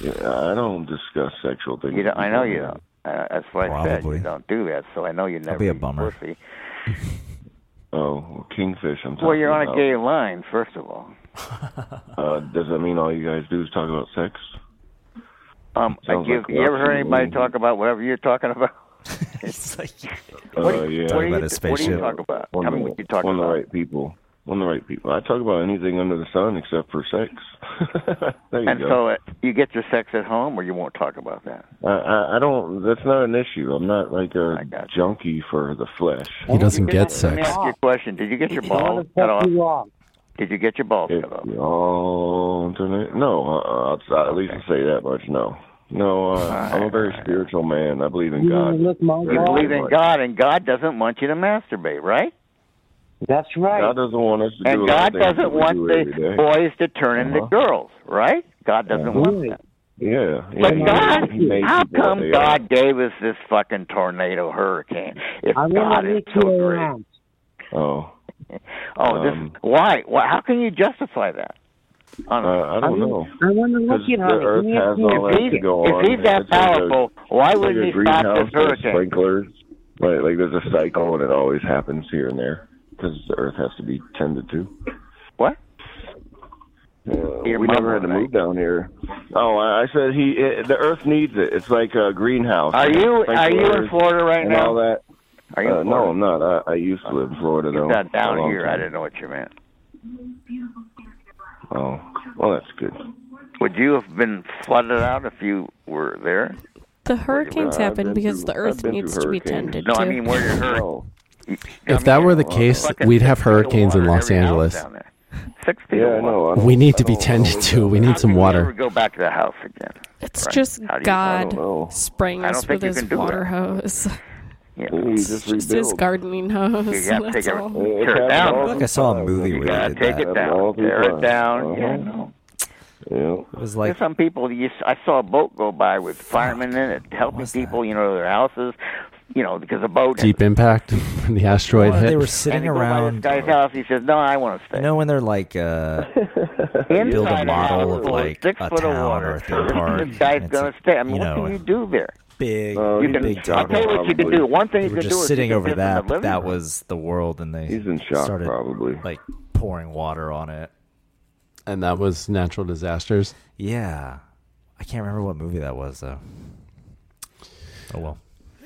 Speaker 12: Yeah, I don't discuss sexual things.
Speaker 9: You don't, I know
Speaker 12: [LAUGHS]
Speaker 9: you don't. Uh, that's why I said
Speaker 12: Probably.
Speaker 9: you don't do that. So I know you never.
Speaker 12: be a
Speaker 9: eat
Speaker 12: bummer.
Speaker 9: Pussy.
Speaker 12: [LAUGHS] Oh, well, kingfish. I'm.
Speaker 9: Well, you're on
Speaker 12: talking
Speaker 9: a gay line, first of all.
Speaker 12: about. Uh, does that mean all you guys do is talk about sex?
Speaker 9: Um,
Speaker 12: Sounds
Speaker 9: Like you,
Speaker 12: like
Speaker 9: you ever heard
Speaker 12: absolutely.
Speaker 9: anybody talk about whatever you're
Speaker 12: [LAUGHS]
Speaker 9: talking about?
Speaker 4: it's like
Speaker 9: what
Speaker 12: Uh,
Speaker 9: do you,
Speaker 12: yeah.
Speaker 9: what do you, What do you talk about?
Speaker 12: One
Speaker 9: Tell me
Speaker 12: of
Speaker 9: what
Speaker 12: the-
Speaker 9: you talk
Speaker 12: one of
Speaker 9: about.
Speaker 12: the right people. One of the right people. I talk about anything under the sun except for sex. [LAUGHS] there you
Speaker 9: and
Speaker 12: go.
Speaker 9: so uh, you get your sex at home, or you won't talk about that.
Speaker 12: I, I, I don't. That's not an issue. I'm not like a junkie for the flesh.
Speaker 5: He doesn't get
Speaker 9: Let me
Speaker 5: sex.
Speaker 9: ask you a question. Did you get your balls
Speaker 12: What the
Speaker 9: cut
Speaker 12: fuck
Speaker 9: off?
Speaker 12: you
Speaker 9: Did you get your balls cut off?
Speaker 12: Oh, internet? No, uh, I'll, I'll at least say that much. No, no. Uh, I'm a very spiritual man. I believe in God.
Speaker 9: You
Speaker 12: Very
Speaker 9: believe in
Speaker 12: much.
Speaker 9: God, and God doesn't want you to masturbate, right? That's right.
Speaker 12: God doesn't want us to do
Speaker 9: and
Speaker 12: a lot
Speaker 9: God
Speaker 12: of things that
Speaker 9: doesn't
Speaker 12: we
Speaker 9: want
Speaker 12: do every
Speaker 9: the
Speaker 12: day.
Speaker 9: boys to turn into girls, right? God doesn't
Speaker 12: Uh-huh.
Speaker 9: want that.
Speaker 12: Yeah. yeah
Speaker 9: But
Speaker 12: he-
Speaker 9: God,
Speaker 12: uh, he made
Speaker 9: how
Speaker 12: people,
Speaker 9: come
Speaker 12: yeah.
Speaker 9: God gave us this fucking tornado hurricane? If
Speaker 12: I wanna
Speaker 9: God is
Speaker 12: lick
Speaker 9: so
Speaker 12: your
Speaker 9: great,
Speaker 12: ass. Oh.
Speaker 9: oh,
Speaker 12: um,
Speaker 9: this why? Why? How can you justify that?
Speaker 12: Uh, I don't know.
Speaker 9: I want to
Speaker 12: look at the honey. earth Give me a has hand. all that
Speaker 9: if
Speaker 12: to go
Speaker 9: he's,
Speaker 12: on.
Speaker 9: If he's that
Speaker 12: It's like a-
Speaker 9: powerful, why
Speaker 12: Like
Speaker 9: wouldn't
Speaker 12: a
Speaker 9: he stop
Speaker 12: greenhouse,
Speaker 9: this
Speaker 12: there's
Speaker 9: hurricane?
Speaker 12: Sprinklers. Right. Like there's a cycle, and it always happens here and there because the earth has to be tended to.
Speaker 9: What?
Speaker 12: Yeah, we never had to move down here. Oh, I I said he. It, the Earth needs it. It's like a greenhouse.
Speaker 9: Are you are you in
Speaker 12: Sprinklers
Speaker 9: Florida right
Speaker 12: and
Speaker 9: now?
Speaker 12: All that.
Speaker 9: Are you in
Speaker 12: Uh, no, I'm not. I, I used to live in Florida though.
Speaker 9: Not down
Speaker 12: A long
Speaker 9: here. I
Speaker 12: time.
Speaker 9: didn't know what [LAUGHS] you meant.
Speaker 12: Oh, well, that's good.
Speaker 9: Would you have been flooded out if you were there?
Speaker 2: The hurricanes
Speaker 9: I've
Speaker 2: happen
Speaker 9: been
Speaker 2: because
Speaker 9: through-
Speaker 2: the
Speaker 9: I've
Speaker 2: earth
Speaker 9: been
Speaker 2: needs
Speaker 9: through
Speaker 2: to be
Speaker 9: hurricanes.
Speaker 2: tended
Speaker 9: No,
Speaker 2: to.
Speaker 9: I mean, where your hurricane-
Speaker 12: Oh.
Speaker 5: If that were the case, we'd have hurricanes in Los Angeles.
Speaker 9: Six feet. Yeah,
Speaker 12: no.
Speaker 5: We need to be tended to. We need some
Speaker 9: Never
Speaker 5: water.
Speaker 9: go back to the house again.
Speaker 2: It's
Speaker 9: Right.
Speaker 2: just
Speaker 9: How do you- I don't know.
Speaker 2: God spraying
Speaker 9: I don't
Speaker 2: us
Speaker 9: think
Speaker 2: with
Speaker 9: you
Speaker 2: his
Speaker 9: can do
Speaker 2: water hose.
Speaker 9: [LAUGHS] Yeah.
Speaker 12: You just
Speaker 2: Just his
Speaker 12: rebuild.
Speaker 2: gardening hose.
Speaker 9: You have to
Speaker 2: that's
Speaker 9: take it-
Speaker 2: all.
Speaker 12: It
Speaker 9: Tear
Speaker 12: happens
Speaker 9: it down.
Speaker 12: all
Speaker 9: Look,
Speaker 12: the
Speaker 9: I saw a
Speaker 12: time.
Speaker 9: movie
Speaker 12: You
Speaker 9: where
Speaker 12: gotta
Speaker 9: they did
Speaker 12: take
Speaker 9: that.
Speaker 12: it down.
Speaker 9: Tear it down. Yeah,
Speaker 12: Uh-huh. Yeah.
Speaker 4: It was
Speaker 9: There's some people. You, s- I saw a boat go by with firemen in it, helping people. You know, their houses. You know, because a boat.
Speaker 5: Deep impact [LAUGHS] when the asteroid
Speaker 4: Well,
Speaker 5: hit.
Speaker 4: they were
Speaker 9: and
Speaker 4: sitting
Speaker 9: they go by this
Speaker 4: around.
Speaker 9: guy's house. He says, "No, I want to stay."
Speaker 4: You know when they're like
Speaker 9: [LAUGHS]
Speaker 4: uh,
Speaker 9: Inside
Speaker 4: build a
Speaker 9: his house
Speaker 4: model of
Speaker 9: full
Speaker 4: like
Speaker 9: six
Speaker 4: a
Speaker 9: foot of
Speaker 4: town
Speaker 9: water.
Speaker 4: or a theme park.
Speaker 9: [LAUGHS] This guy's gonna stay. I mean,
Speaker 4: you
Speaker 9: what
Speaker 4: know,
Speaker 9: can you do there?
Speaker 4: Big,
Speaker 9: Oh, you can-
Speaker 4: big.
Speaker 9: I'll tell you what you can do. One thing
Speaker 4: they
Speaker 9: you
Speaker 4: were
Speaker 9: can
Speaker 4: just
Speaker 9: do is
Speaker 4: sitting
Speaker 9: you can
Speaker 4: over
Speaker 9: sit in
Speaker 4: that.
Speaker 9: the living
Speaker 4: that
Speaker 9: room.
Speaker 4: was the world, and they
Speaker 12: He's in shock,
Speaker 4: started
Speaker 12: probably
Speaker 4: like pouring water on it.
Speaker 5: And that was natural disasters.
Speaker 4: Yeah, I can't remember what movie that was though. Oh well.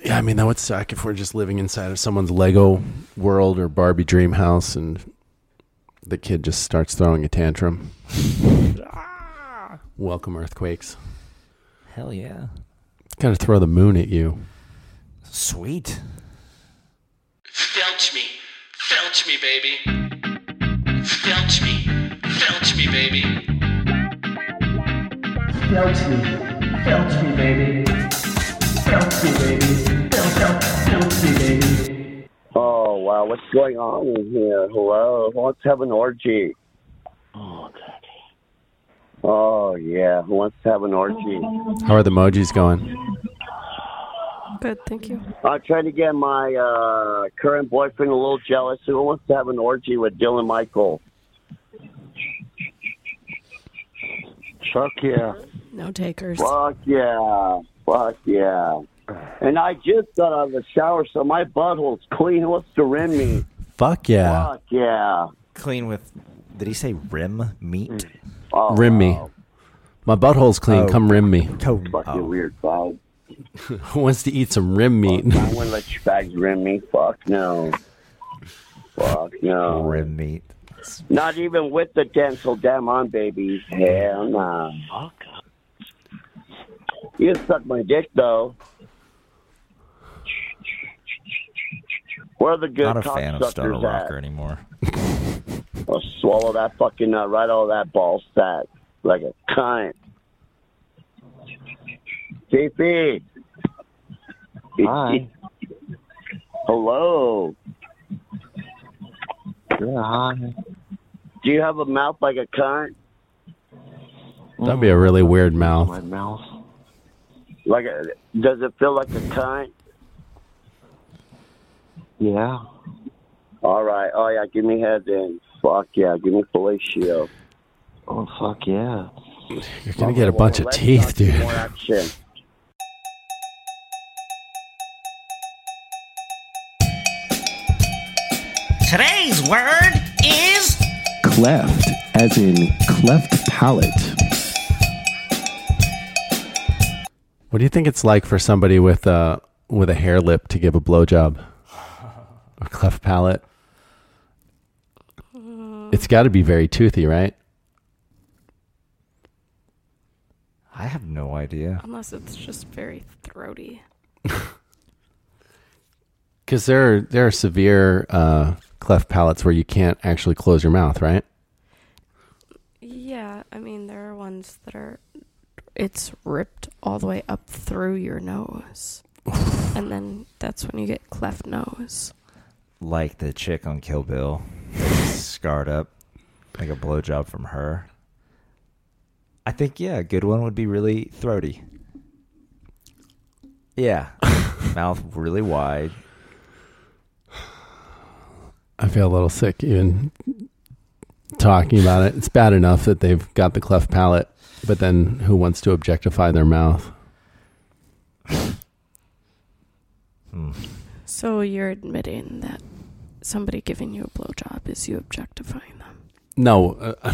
Speaker 5: Yeah, I mean that would suck if we're just living inside of someone's Lego world or Barbie dream house and the kid just starts throwing a tantrum. Welcome earthquakes.
Speaker 4: Hell yeah.
Speaker 5: Kind of throw the moon at you.
Speaker 4: Sweet.
Speaker 13: Felch me. Felch me, baby. Felch me. Felch me, baby.
Speaker 3: Felch me. Felch me, baby. Felch me, baby. Felch, felch, felch me, baby.
Speaker 11: Oh wow, what's going on in here? Hello, let's have an orgy. Oh god. Oh yeah, who wants to have an orgy?
Speaker 5: How are the emojis going?
Speaker 2: Good, thank you.
Speaker 11: I'm trying to get my uh, current boyfriend a little jealous. Who wants to have an orgy with Dylan Michael? Fuck yeah.
Speaker 2: No takers.
Speaker 11: Fuck yeah. Fuck yeah. And I just got out of the shower, so my butthole's clean. What's the rim mean?
Speaker 5: Fuck yeah.
Speaker 11: Fuck yeah.
Speaker 4: Clean with. Did he say rim meat?
Speaker 11: Oh,
Speaker 5: rim me. My butthole's clean.
Speaker 4: Oh.
Speaker 5: Come rim me.
Speaker 11: Fucking weird, Bob.
Speaker 5: Who [LAUGHS] wants to eat some rim meat? [LAUGHS]
Speaker 11: I wouldn't let you guys rim me. Fuck no. Fuck no.
Speaker 4: Rim meat.
Speaker 11: Not even with the dental dam on, baby. Hell no. You suck my dick, though. Where are the good
Speaker 4: Not a
Speaker 11: cock
Speaker 4: fan of Stoner
Speaker 11: suckers at?
Speaker 4: Rocker anymore.
Speaker 11: [LAUGHS] I'll swallow that fucking nut right out of that ball sack like a cunt. JP.
Speaker 9: Hi.
Speaker 11: Hello.
Speaker 9: Yeah, hi.
Speaker 11: Do you have a mouth like a cunt?
Speaker 5: That'd be a really weird mouth.
Speaker 9: My mouth.
Speaker 11: Like a, does it feel like a cunt?
Speaker 9: Yeah.
Speaker 11: All right. Oh yeah, give me head then. Fuck yeah, give me fellatio.
Speaker 9: Oh fuck yeah.
Speaker 5: You're gonna get a bunch of teeth, dude.
Speaker 11: More action.
Speaker 14: Today's word is
Speaker 15: Cleft, as in cleft palate.
Speaker 5: What do you think it's like for somebody with a with a hair lip to give a blowjob? A cleft palate. It's got to be very toothy, right?
Speaker 4: I have no idea.
Speaker 2: Unless it's just very throaty.
Speaker 5: Because there are, there are severe uh, cleft palates where you can't actually close your mouth, right?
Speaker 2: Yeah, I mean, there are ones that are. It's ripped all the way up through your
Speaker 5: [LAUGHS]
Speaker 2: nose. and then that's when you get cleft nose.
Speaker 4: Like the chick on Kill Bill, that's scarred up, like a blowjob from her. I think yeah, a good one would be really throaty. Yeah, [LAUGHS] mouth really wide.
Speaker 5: I feel a little sick even talking about it. It's bad enough that they've got the cleft palate, but then who wants to objectify their mouth?
Speaker 2: So you're admitting that somebody giving you a blowjob is you objectifying them.
Speaker 5: No. uh,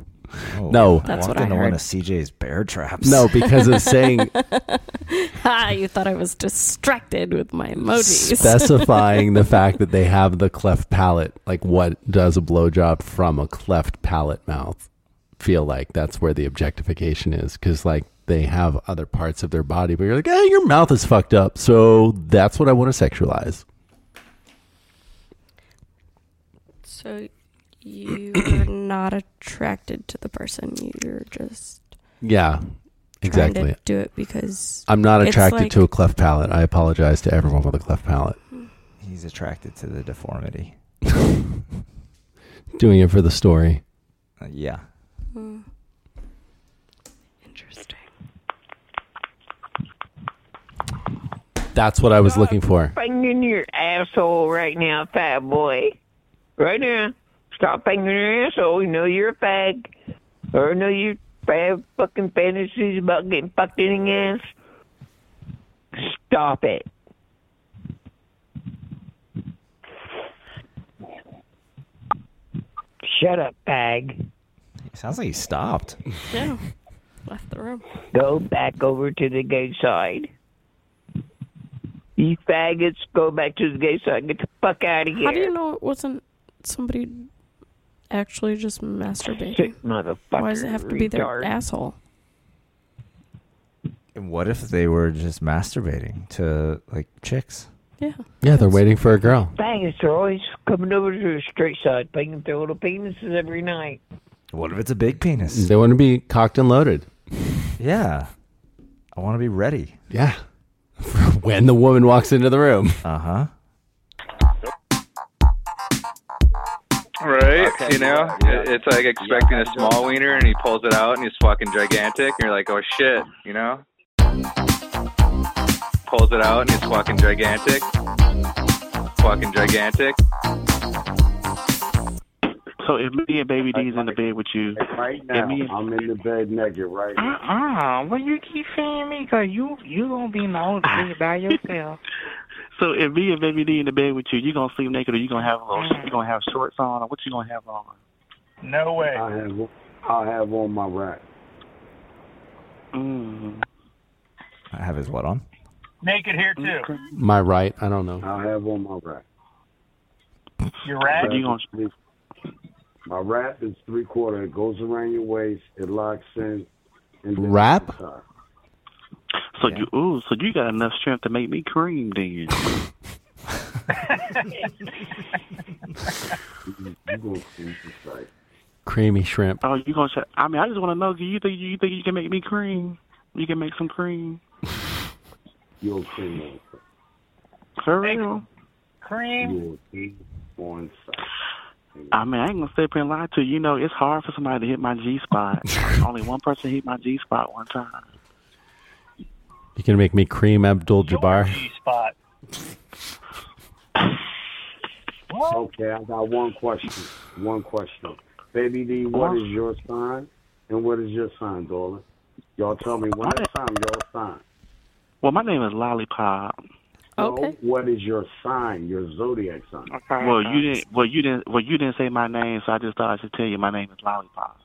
Speaker 5: [LAUGHS] no.
Speaker 2: That's what
Speaker 4: walked
Speaker 2: I
Speaker 4: into Oh, one
Speaker 2: heard.
Speaker 4: of CJ's bear traps.
Speaker 5: No, because
Speaker 4: [LAUGHS]
Speaker 2: [LAUGHS]
Speaker 5: of saying
Speaker 2: ah, you thought I was distracted with my emojis.
Speaker 5: specifying the fact that they have the cleft palate. Like, what does a blowjob from a cleft palate mouth feel like? That's where the objectification is, because like they have other parts of their body, but you're like, eh, your mouth is fucked up, so that's what I want to sexualize.
Speaker 2: [LAUGHS] So you were not attracted to the person. You're just
Speaker 5: Yeah,
Speaker 2: trying
Speaker 5: exactly.
Speaker 2: to do it because
Speaker 5: I'm not
Speaker 2: it's
Speaker 5: attracted
Speaker 2: like-
Speaker 5: to a cleft palate. I apologize to everyone with a cleft palate.
Speaker 4: He's attracted to the deformity.
Speaker 5: Doing it for the story.
Speaker 4: Uh, yeah.
Speaker 5: That's what I was looking for.
Speaker 16: fingering your asshole right now, fat boy. Right now. Stop fingering your asshole. You know you're a fag. Or know you have fucking fantasies about getting fucked in the ass. Stop it. Shut up, fag.
Speaker 4: Sounds like he stopped.
Speaker 2: No, left the room.
Speaker 16: Go back over to the gay side. You faggots, go back to the gay side. Get the fuck out of here.
Speaker 2: How do you know it wasn't somebody actually just masturbating?
Speaker 16: Sick motherfucker.
Speaker 2: Why does it have to be their
Speaker 16: retard.
Speaker 2: asshole?
Speaker 4: And what if they were just masturbating to like chicks?
Speaker 2: Yeah.
Speaker 5: Yeah, they're waiting for a girl.
Speaker 16: Faggots are always coming over to the straight side, picking their little penises every night.
Speaker 4: What if it's a big penis?
Speaker 5: They want to be cocked and loaded.
Speaker 4: Yeah. I want to be ready.
Speaker 5: Yeah. [LAUGHS] when the woman walks into the room.
Speaker 4: Uh huh.
Speaker 17: Right, you know, It- it's like expecting a small wiener, and he pulls it out, and he's fucking gigantic, and you're like, oh shit, you know. Pulls it out, and he's fucking gigantic, fucking gigantic.
Speaker 6: So if me and Baby D's in the bed with you,
Speaker 7: Right now,
Speaker 6: and me and
Speaker 7: I'm in the bed naked right
Speaker 6: [GASPS]
Speaker 7: now.
Speaker 8: Uh-uh. Well, you keep saying me because you, you going to be in the whole
Speaker 6: [LAUGHS]
Speaker 8: bed by yourself.
Speaker 6: so if me and Baby D in the bed with you, you gonna sleep naked or you gonna have a little,
Speaker 8: Mm.
Speaker 6: you gonna have shorts on or what you gonna have on?
Speaker 7: No way. I have, I have on my rack.
Speaker 6: Mm.
Speaker 4: I have his what on?
Speaker 18: Naked here
Speaker 6: Mm-hmm.
Speaker 18: too.
Speaker 5: My right, I don't [LAUGHS] know.
Speaker 7: I have on my rack.
Speaker 18: Your rack?
Speaker 7: You gonna... My wrap is three quarter. It goes around your waist. It locks in. And then
Speaker 5: Wrap?
Speaker 7: it's inside.
Speaker 6: So you, ooh, so you got enough strength to make me cream, then.
Speaker 7: You- you gonna see this like-
Speaker 5: Creamy shrimp.
Speaker 6: oh, you gonna? Try, I mean, I just want to know. Do you think you think you can make me cream? You can make some cream
Speaker 7: You'll see
Speaker 6: for real.
Speaker 7: on. You'll see on sight.
Speaker 6: I mean, I ain't gonna step here and lie to you. You know, it's hard for somebody to hit my G spot. Only one person hit my G spot one time.
Speaker 5: You can make me cream Abdul Jabbar.
Speaker 18: Spot.
Speaker 7: Okay, I got one question. One question. Baby D, what is your sign? And what is your sign, darling? Y'all tell me one at a time, y'all sign.
Speaker 6: Well, my name is Lollipop.
Speaker 7: Okay. what is your sign, your zodiac sign?
Speaker 6: Well, you didn't. Well, you didn't. Well, you didn't say my name, so I just thought I should tell you my name is Lollipop.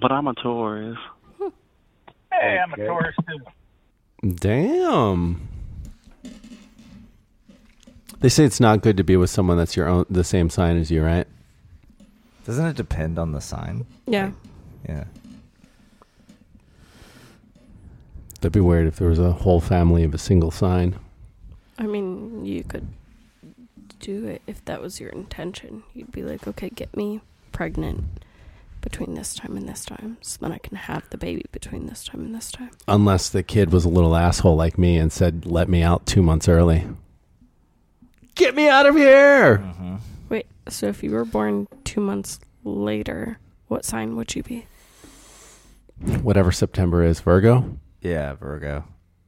Speaker 6: But I'm a Taurus.
Speaker 18: Hey, I'm a tourist too.
Speaker 5: Damn. They say it's not good to be with someone that's your own the same sign as you, right?
Speaker 4: Doesn't it depend on the sign?
Speaker 2: Yeah.
Speaker 4: Yeah.
Speaker 5: That'd be weird if there was a whole family of a single sign.
Speaker 2: I mean, you could do it if that was your intention. You'd be like, okay, get me pregnant between this time and this time, so then I can have the baby between this time and this time.
Speaker 5: Unless the kid was a little asshole like me and said, "Let me out two months early." Get me out of here!
Speaker 2: Wait, so if you were born two months later, what sign would you be?
Speaker 5: Whatever September is, Virgo.
Speaker 4: Yeah, Virgo.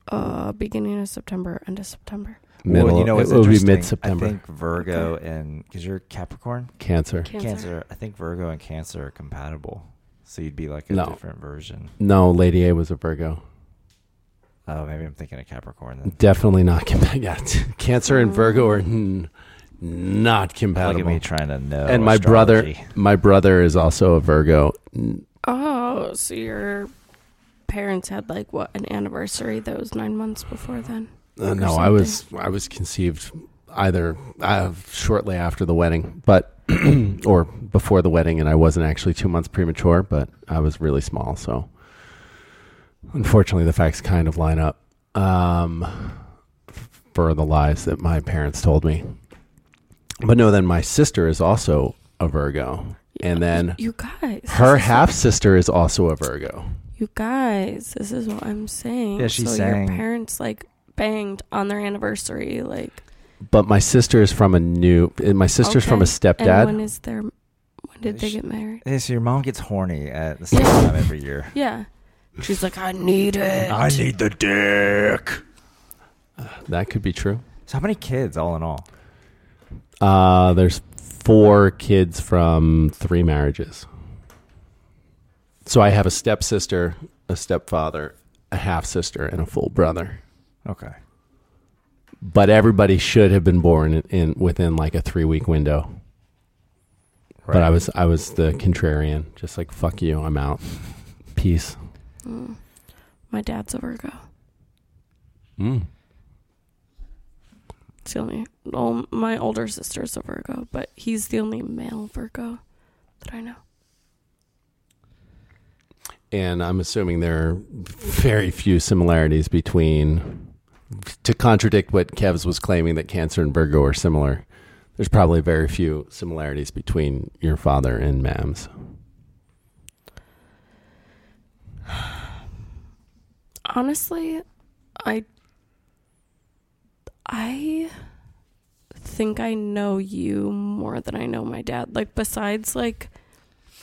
Speaker 2: Uh, beginning of September, end of September.
Speaker 5: Middle-
Speaker 4: well, you know what's
Speaker 5: it would be
Speaker 4: interesting?
Speaker 5: mid-September.
Speaker 4: I think Virgo and because you're Capricorn,
Speaker 5: Cancer.
Speaker 2: Cancer.
Speaker 4: I think Virgo and Cancer are compatible, so you'd be like a
Speaker 5: No.
Speaker 4: different version.
Speaker 5: No, Lady A was a Virgo.
Speaker 4: Oh, maybe I'm thinking of Capricorn then.
Speaker 5: Definitely not [LAUGHS] compatible. Cancer and Virgo are n- not compatible.
Speaker 4: me trying to know
Speaker 5: And my
Speaker 4: Oh, astrology.
Speaker 5: brother, my brother is also a Virgo. N-
Speaker 2: Oh, so your parents had like what an anniversary that was nine months before then?
Speaker 5: uh,
Speaker 2: Or
Speaker 5: no, I
Speaker 2: something?
Speaker 5: was I was conceived either uh, shortly after the wedding, but [CLEARS THROAT] or before the wedding, and I wasn't actually two months premature, but I was really small, so unfortunately, the facts kind of line up um, for the lies that my parents told me. But no, then my sister is also a Virgo, and then
Speaker 2: you guys,
Speaker 5: her half sister is also a Virgo.
Speaker 2: You guys, this is what I'm saying.
Speaker 5: Yeah, she's
Speaker 2: so
Speaker 5: saying-
Speaker 2: your parents like banged on their anniversary, like
Speaker 5: But my sister is from a new. and My sister's from a
Speaker 2: okay,
Speaker 5: stepdad.
Speaker 2: And when is their? When did they get married?
Speaker 4: Yeah, so your mom gets horny at the same time every year.
Speaker 2: Yeah, she's like, I need it.
Speaker 4: I need the dick.
Speaker 5: that could be true.
Speaker 4: So how many kids all in all?
Speaker 5: Uh, there's four kids from three marriages. So I have a stepsister, a stepfather, a half sister, and a full brother.
Speaker 4: Okay.
Speaker 5: But everybody should have been born in, in within like a three week window. But I was I was the contrarian, just like fuck you, I'm out. Peace.
Speaker 2: Mm. My dad's a Virgo.
Speaker 5: Mm.
Speaker 2: It's the only. Well, my older sister's a Virgo, but he's the only male Virgo that I know.
Speaker 5: And I'm assuming there are very few similarities between, to contradict what Kev's was claiming that Cancer and Virgo are similar, there's probably very few similarities between your father and Mams.
Speaker 2: Honestly, I I think I know you more than I know my dad. Like besides like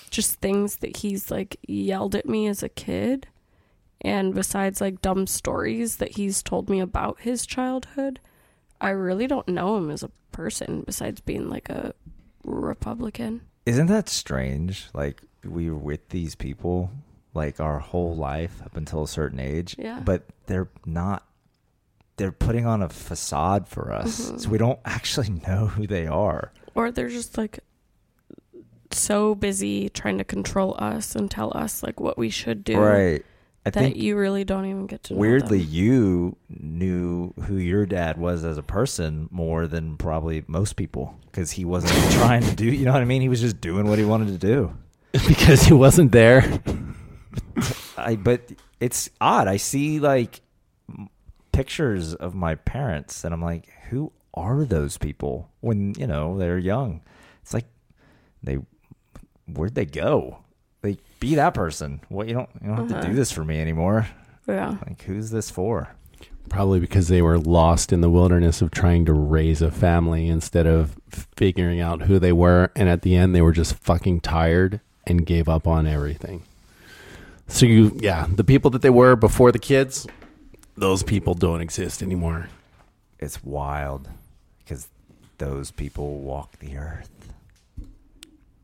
Speaker 2: just things that he's like yelled at me as a kid and besides like dumb stories that he's told me about his childhood, I really don't know him as a person besides being like a Republican.
Speaker 4: Isn't that strange? Like we were with these people like our whole life up until a certain age.
Speaker 2: Yeah.
Speaker 4: But they're not they're putting on a facade for us.
Speaker 2: Mhm.
Speaker 4: So we don't actually [LAUGHS] know who they are.
Speaker 2: Or they're just like so busy trying to control us and tell us like what we should do.
Speaker 4: Right. I
Speaker 2: that
Speaker 4: think
Speaker 2: you really don't even get to know
Speaker 4: Weirdly,
Speaker 2: them.
Speaker 4: you knew who your dad was as a person more than probably most people because he
Speaker 2: [LAUGHS]
Speaker 4: wasn't trying to do, you know what I mean? He was just doing what he wanted to do.
Speaker 5: because he wasn't there.
Speaker 4: I but it's odd. I see like m- pictures of my parents, and I'm like, who are those people? When you know they're young, it's like they where'd they go? They be that person. What you don't you don't have to
Speaker 2: Uh-huh.
Speaker 4: do this for me anymore.
Speaker 2: Yeah.
Speaker 4: Like who's this for?
Speaker 5: Probably because they were lost in the wilderness of trying to raise a family instead of figuring out who they were. And at the end, they were just fucking tired and gave up on everything. So, you, yeah, the people that they were before the kids, those people don't exist anymore.
Speaker 4: It's wild because those people walked the earth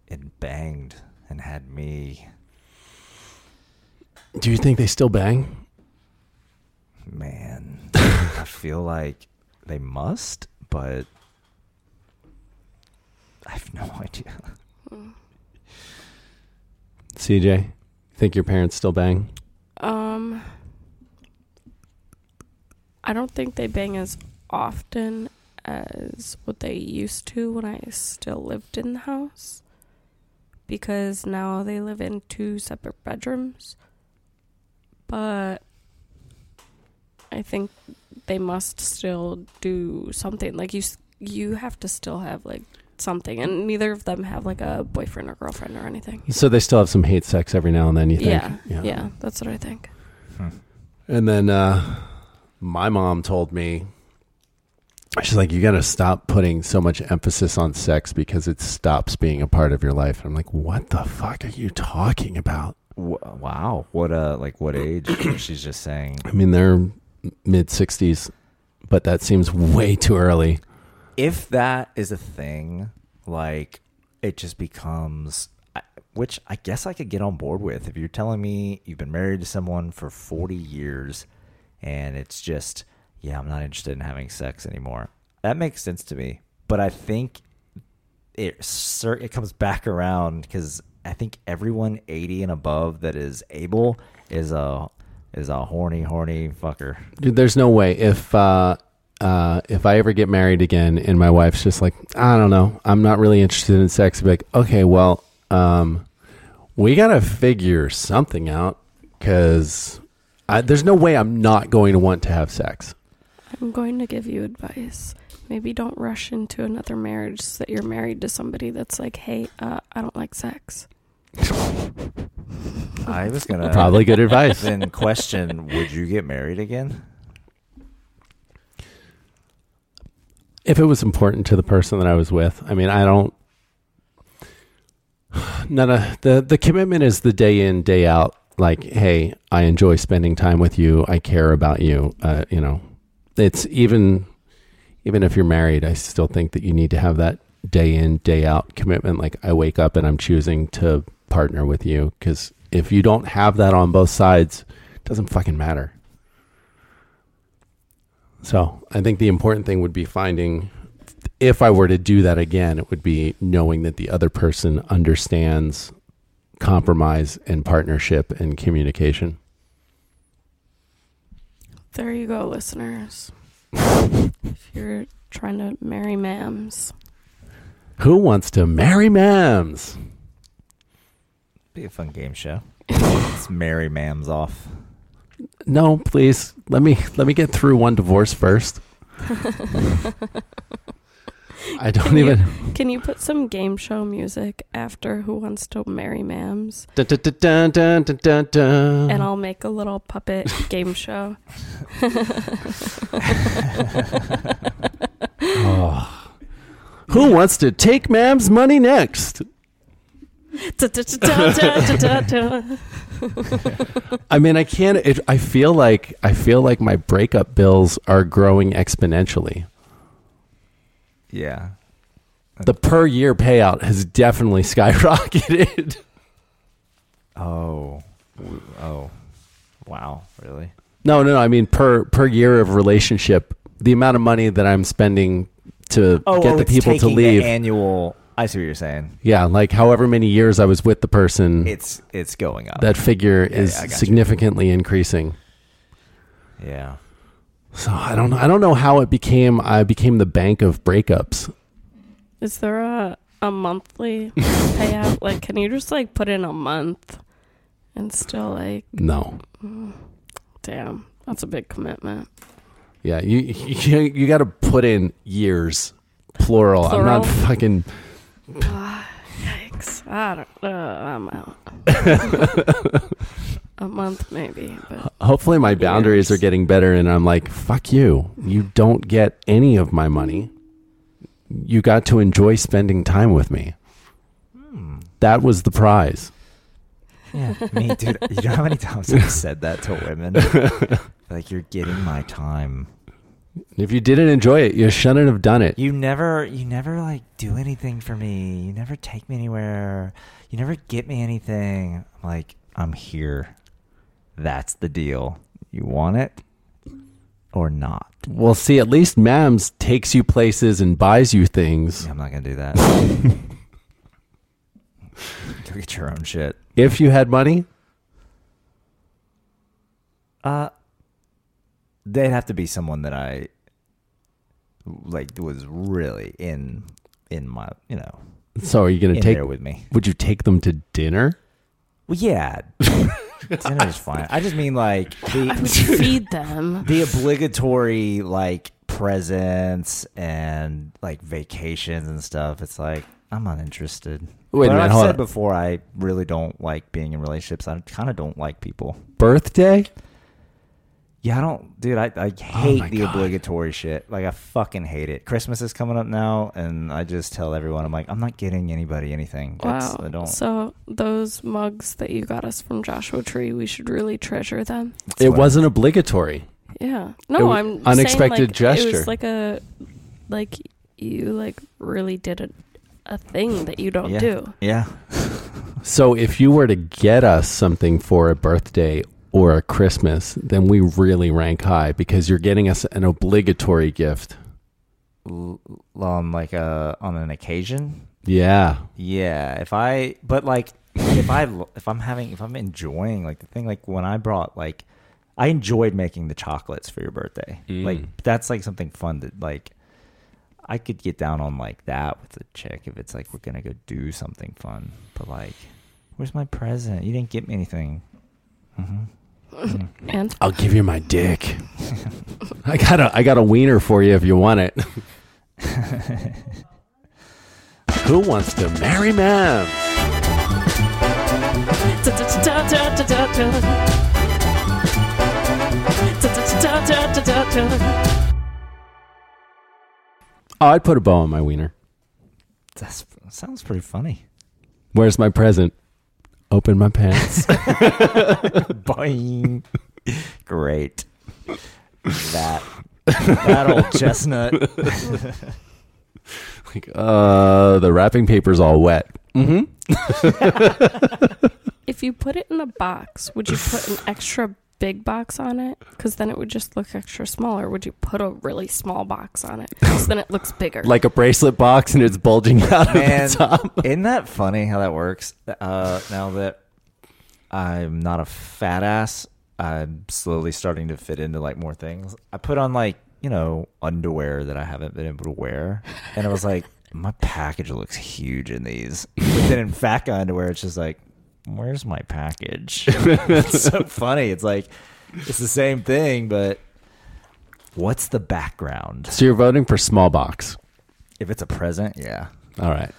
Speaker 4: and banged and had me.
Speaker 5: Do you think they still bang?
Speaker 4: Man, I feel like they must, but I have no idea.
Speaker 5: CJ, think your parents still bang?
Speaker 2: Um, I don't think they bang as often as what they used to when I still lived in the house because now they live in two separate bedrooms. But I think they must still do something like you s- you have to still have like something and neither of them have like a boyfriend or girlfriend or anything.
Speaker 5: So they still have some hate sex every now and then, you think?
Speaker 2: Yeah, yeah. Yeah, that's what I think.
Speaker 5: And then uh, my mom told me, she's like, you got to stop putting so much emphasis on sex because it stops being a part of your life. And I'm like, what the fuck are you talking about?
Speaker 4: Wow, what uh, like what age? She's just saying
Speaker 5: I mean, they're mid 60s, but that seems way too early.
Speaker 4: if that is a thing, like it just becomes, I- which I guess I could get on board with. If you're telling me you've been married to someone for 40 years and it's just, yeah, I'm not interested in having sex anymore, that makes sense to me. But I think it cer- it comes back around because I think everyone 80 and above that is able is a is a horny horny fucker.
Speaker 5: Dude, there's no way if uh, uh, if I ever get married again and my wife's just like, I don't know, I'm not really interested in sex. I'd be like, okay, well, um, we gotta figure something out because there's no way I'm not going to want to have sex.
Speaker 2: I'm going to give you advice. Maybe don't rush into another marriage so that you're married to somebody that's like, hey, uh, I don't like sex.
Speaker 4: I was gonna
Speaker 5: Probably good
Speaker 4: [LAUGHS]
Speaker 5: advice.
Speaker 4: Then question: Would you get married again?
Speaker 5: If it was important to the person that I was with, I mean, I don't. [SIGHS] None of the the commitment is the day in day out. Like, hey, I enjoy spending time with you. I care about you. Uh, you know, it's even even if you're married, I still think that you need to have that day in day out commitment. Like, I wake up and I'm choosing to partner with you because if you don't have that on both sides, it doesn't fucking matter. So I think the important thing would be finding if I were to do that again, it would be knowing that the other person understands compromise and partnership and communication.
Speaker 2: There you go, listeners. if you're trying to marry mams,
Speaker 5: Who wants to marry Mams?
Speaker 4: Be a fun game show. Let's marry mams off.
Speaker 5: No, please. Let me let me get through one divorce first. I don't
Speaker 2: Can you-
Speaker 5: even
Speaker 2: can you put some game show music after Who Wants to Marry Mams?
Speaker 5: Dun, dun, dun, dun, dun, dun, dun, dun.
Speaker 2: And I'll make a little puppet game show. [LAUGHS]
Speaker 5: Oh. Who wants to take Mams money next?
Speaker 2: Da-da-da-da-da-da-da.
Speaker 5: I mean, I can't. It, I feel like I feel like my breakup bills are growing exponentially.
Speaker 4: Yeah,
Speaker 5: the per year payout has definitely [LAUGHS] skyrocketed.
Speaker 4: Oh, w- oh, wow! Really?
Speaker 5: No, no, no. I mean per per year of relationship, the amount of money that I'm spending to
Speaker 4: Oh,
Speaker 5: get
Speaker 4: oh,
Speaker 5: the
Speaker 4: it's
Speaker 5: people to
Speaker 4: taking the
Speaker 5: leave.
Speaker 4: annual. I see what you're saying.
Speaker 5: yeah, like however many years I was with the person,
Speaker 4: It's it's going up.
Speaker 5: that figure
Speaker 4: Yeah,
Speaker 5: is
Speaker 4: yeah, I got you.
Speaker 5: significantly increasing.
Speaker 4: [LAUGHS] Yeah.
Speaker 5: So I don't know. I don't know how it became. I became the bank of breakups.
Speaker 2: Is there a, a
Speaker 5: [LAUGHS]
Speaker 2: monthly payout? Like, can you just like put in a month and still like?
Speaker 5: No.
Speaker 2: Mm, Damn, that's a big commitment.
Speaker 5: Yeah, you [LAUGHS] you, you got to put in years, plural. I'm not
Speaker 2: Plural?
Speaker 5: fucking.
Speaker 2: Ah, Yikes! I don't. Uh, I'm out.
Speaker 5: [LAUGHS]
Speaker 2: a month maybe, but
Speaker 5: Hopefully, my boundaries are getting better, and I'm like, fuck you. You don't get any of my money. You got to enjoy spending time with me.
Speaker 4: Hmm.
Speaker 5: That was the prize.
Speaker 4: Yeah, me, dude. You know how many times I've said that to women?
Speaker 5: [LAUGHS]
Speaker 4: like you're getting my time.
Speaker 5: If you didn't enjoy it, you shouldn't have done it.
Speaker 4: You never, you never like do anything for me. You never take me anywhere. You never get me anything. I'm like, I'm here. That's the deal. You want it or not?
Speaker 5: Well, see, at least Mams takes you places and buys you things.
Speaker 4: I'm not gonna do that.
Speaker 5: [LAUGHS]
Speaker 4: Go get your own shit.
Speaker 5: if you had money,
Speaker 4: Uh, they'd have to be someone that I like was really in in my you know.
Speaker 5: so are you going to
Speaker 4: in
Speaker 5: take
Speaker 4: there with me?
Speaker 5: Would you take them to dinner?
Speaker 4: Well,
Speaker 5: [LAUGHS]
Speaker 4: yeah, dinner's fine. I just mean like the
Speaker 2: I would feed them.
Speaker 4: the obligatory like presents and like vacations and stuff. It's like I'm not interested.
Speaker 5: Wait a
Speaker 4: but
Speaker 5: minute,
Speaker 4: I've
Speaker 5: hold
Speaker 4: said
Speaker 5: on.
Speaker 4: before I really don't like being in relationships. I kind of don't like people.
Speaker 5: Birthday?
Speaker 4: Yeah, I don't, dude. I, I
Speaker 5: Oh my
Speaker 4: hate the
Speaker 5: God.
Speaker 4: obligatory shit. Like, I fucking hate it. Christmas is coming up now, and I just tell everyone, I'm like, I'm not getting anybody anything. That's-
Speaker 2: wow.
Speaker 4: I don't.
Speaker 2: So those mugs that you got us from Joshua Tree, we should really treasure them.
Speaker 5: it wasn't obligatory.
Speaker 2: Yeah.
Speaker 5: It
Speaker 2: No,
Speaker 5: wa-
Speaker 2: I'm
Speaker 5: unexpected
Speaker 2: saying, like, It
Speaker 5: gesture.
Speaker 2: was like a like you like really did a a thing that you don't
Speaker 5: Yeah. [LAUGHS]
Speaker 2: do.
Speaker 4: Yeah.
Speaker 5: So if you were to get us something for a birthday or a Christmas, then we really rank high because you're getting us an obligatory gift.
Speaker 4: l- on like a on an occasion.
Speaker 5: Yeah.
Speaker 4: Yeah, if I but like if I if I'm having if I'm enjoying like the thing like when I brought like I enjoyed making the chocolates for your birthday.
Speaker 5: Mm.
Speaker 4: Like that's like something fun that like I could get down on like that with a chick if it's like we're gonna go do something fun. But like, where's my present? You didn't get me anything. hmm
Speaker 2: And
Speaker 5: Mm-hmm. I'll give you
Speaker 2: [LAUGHS]
Speaker 5: my dick. [LAUGHS] I got a I got a wiener for you if you want [LAUGHS] it. Who wants to marry Mams? Oh, I'd put a bow on my wiener.
Speaker 4: That's, that sounds pretty funny. [LAUGHS]
Speaker 5: Where's my present? Open my [LAUGHS] pants.
Speaker 4: Boing. Great. That that old
Speaker 17: [LAUGHS]
Speaker 4: chestnut. [LAUGHS]
Speaker 5: like, uh, the wrapping paper's all wet. [LAUGHS] Mm-hmm.
Speaker 2: If you put it in a box, would you put an extra big box on it? Because then it would just look extra small. Or would you put a really small box on it? 'Cause then it looks bigger.
Speaker 5: [LAUGHS] like a bracelet box, and it's bulging [LAUGHS] out
Speaker 4: Man,
Speaker 5: of the top.
Speaker 4: isn't that funny how that works? Uh, now that I'm not a fat ass, I'm slowly starting to fit into like more things. I put on like you know underwear that I haven't been able to wear, and I was like, [LAUGHS] my package looks huge in these. [LAUGHS] But then in fat guy underwear, it's just like, where's my package? [LAUGHS] it's so funny. It's like it's the same thing, but what's the background?
Speaker 5: So you're voting for small box.
Speaker 4: If it's a present, yeah.
Speaker 5: All right.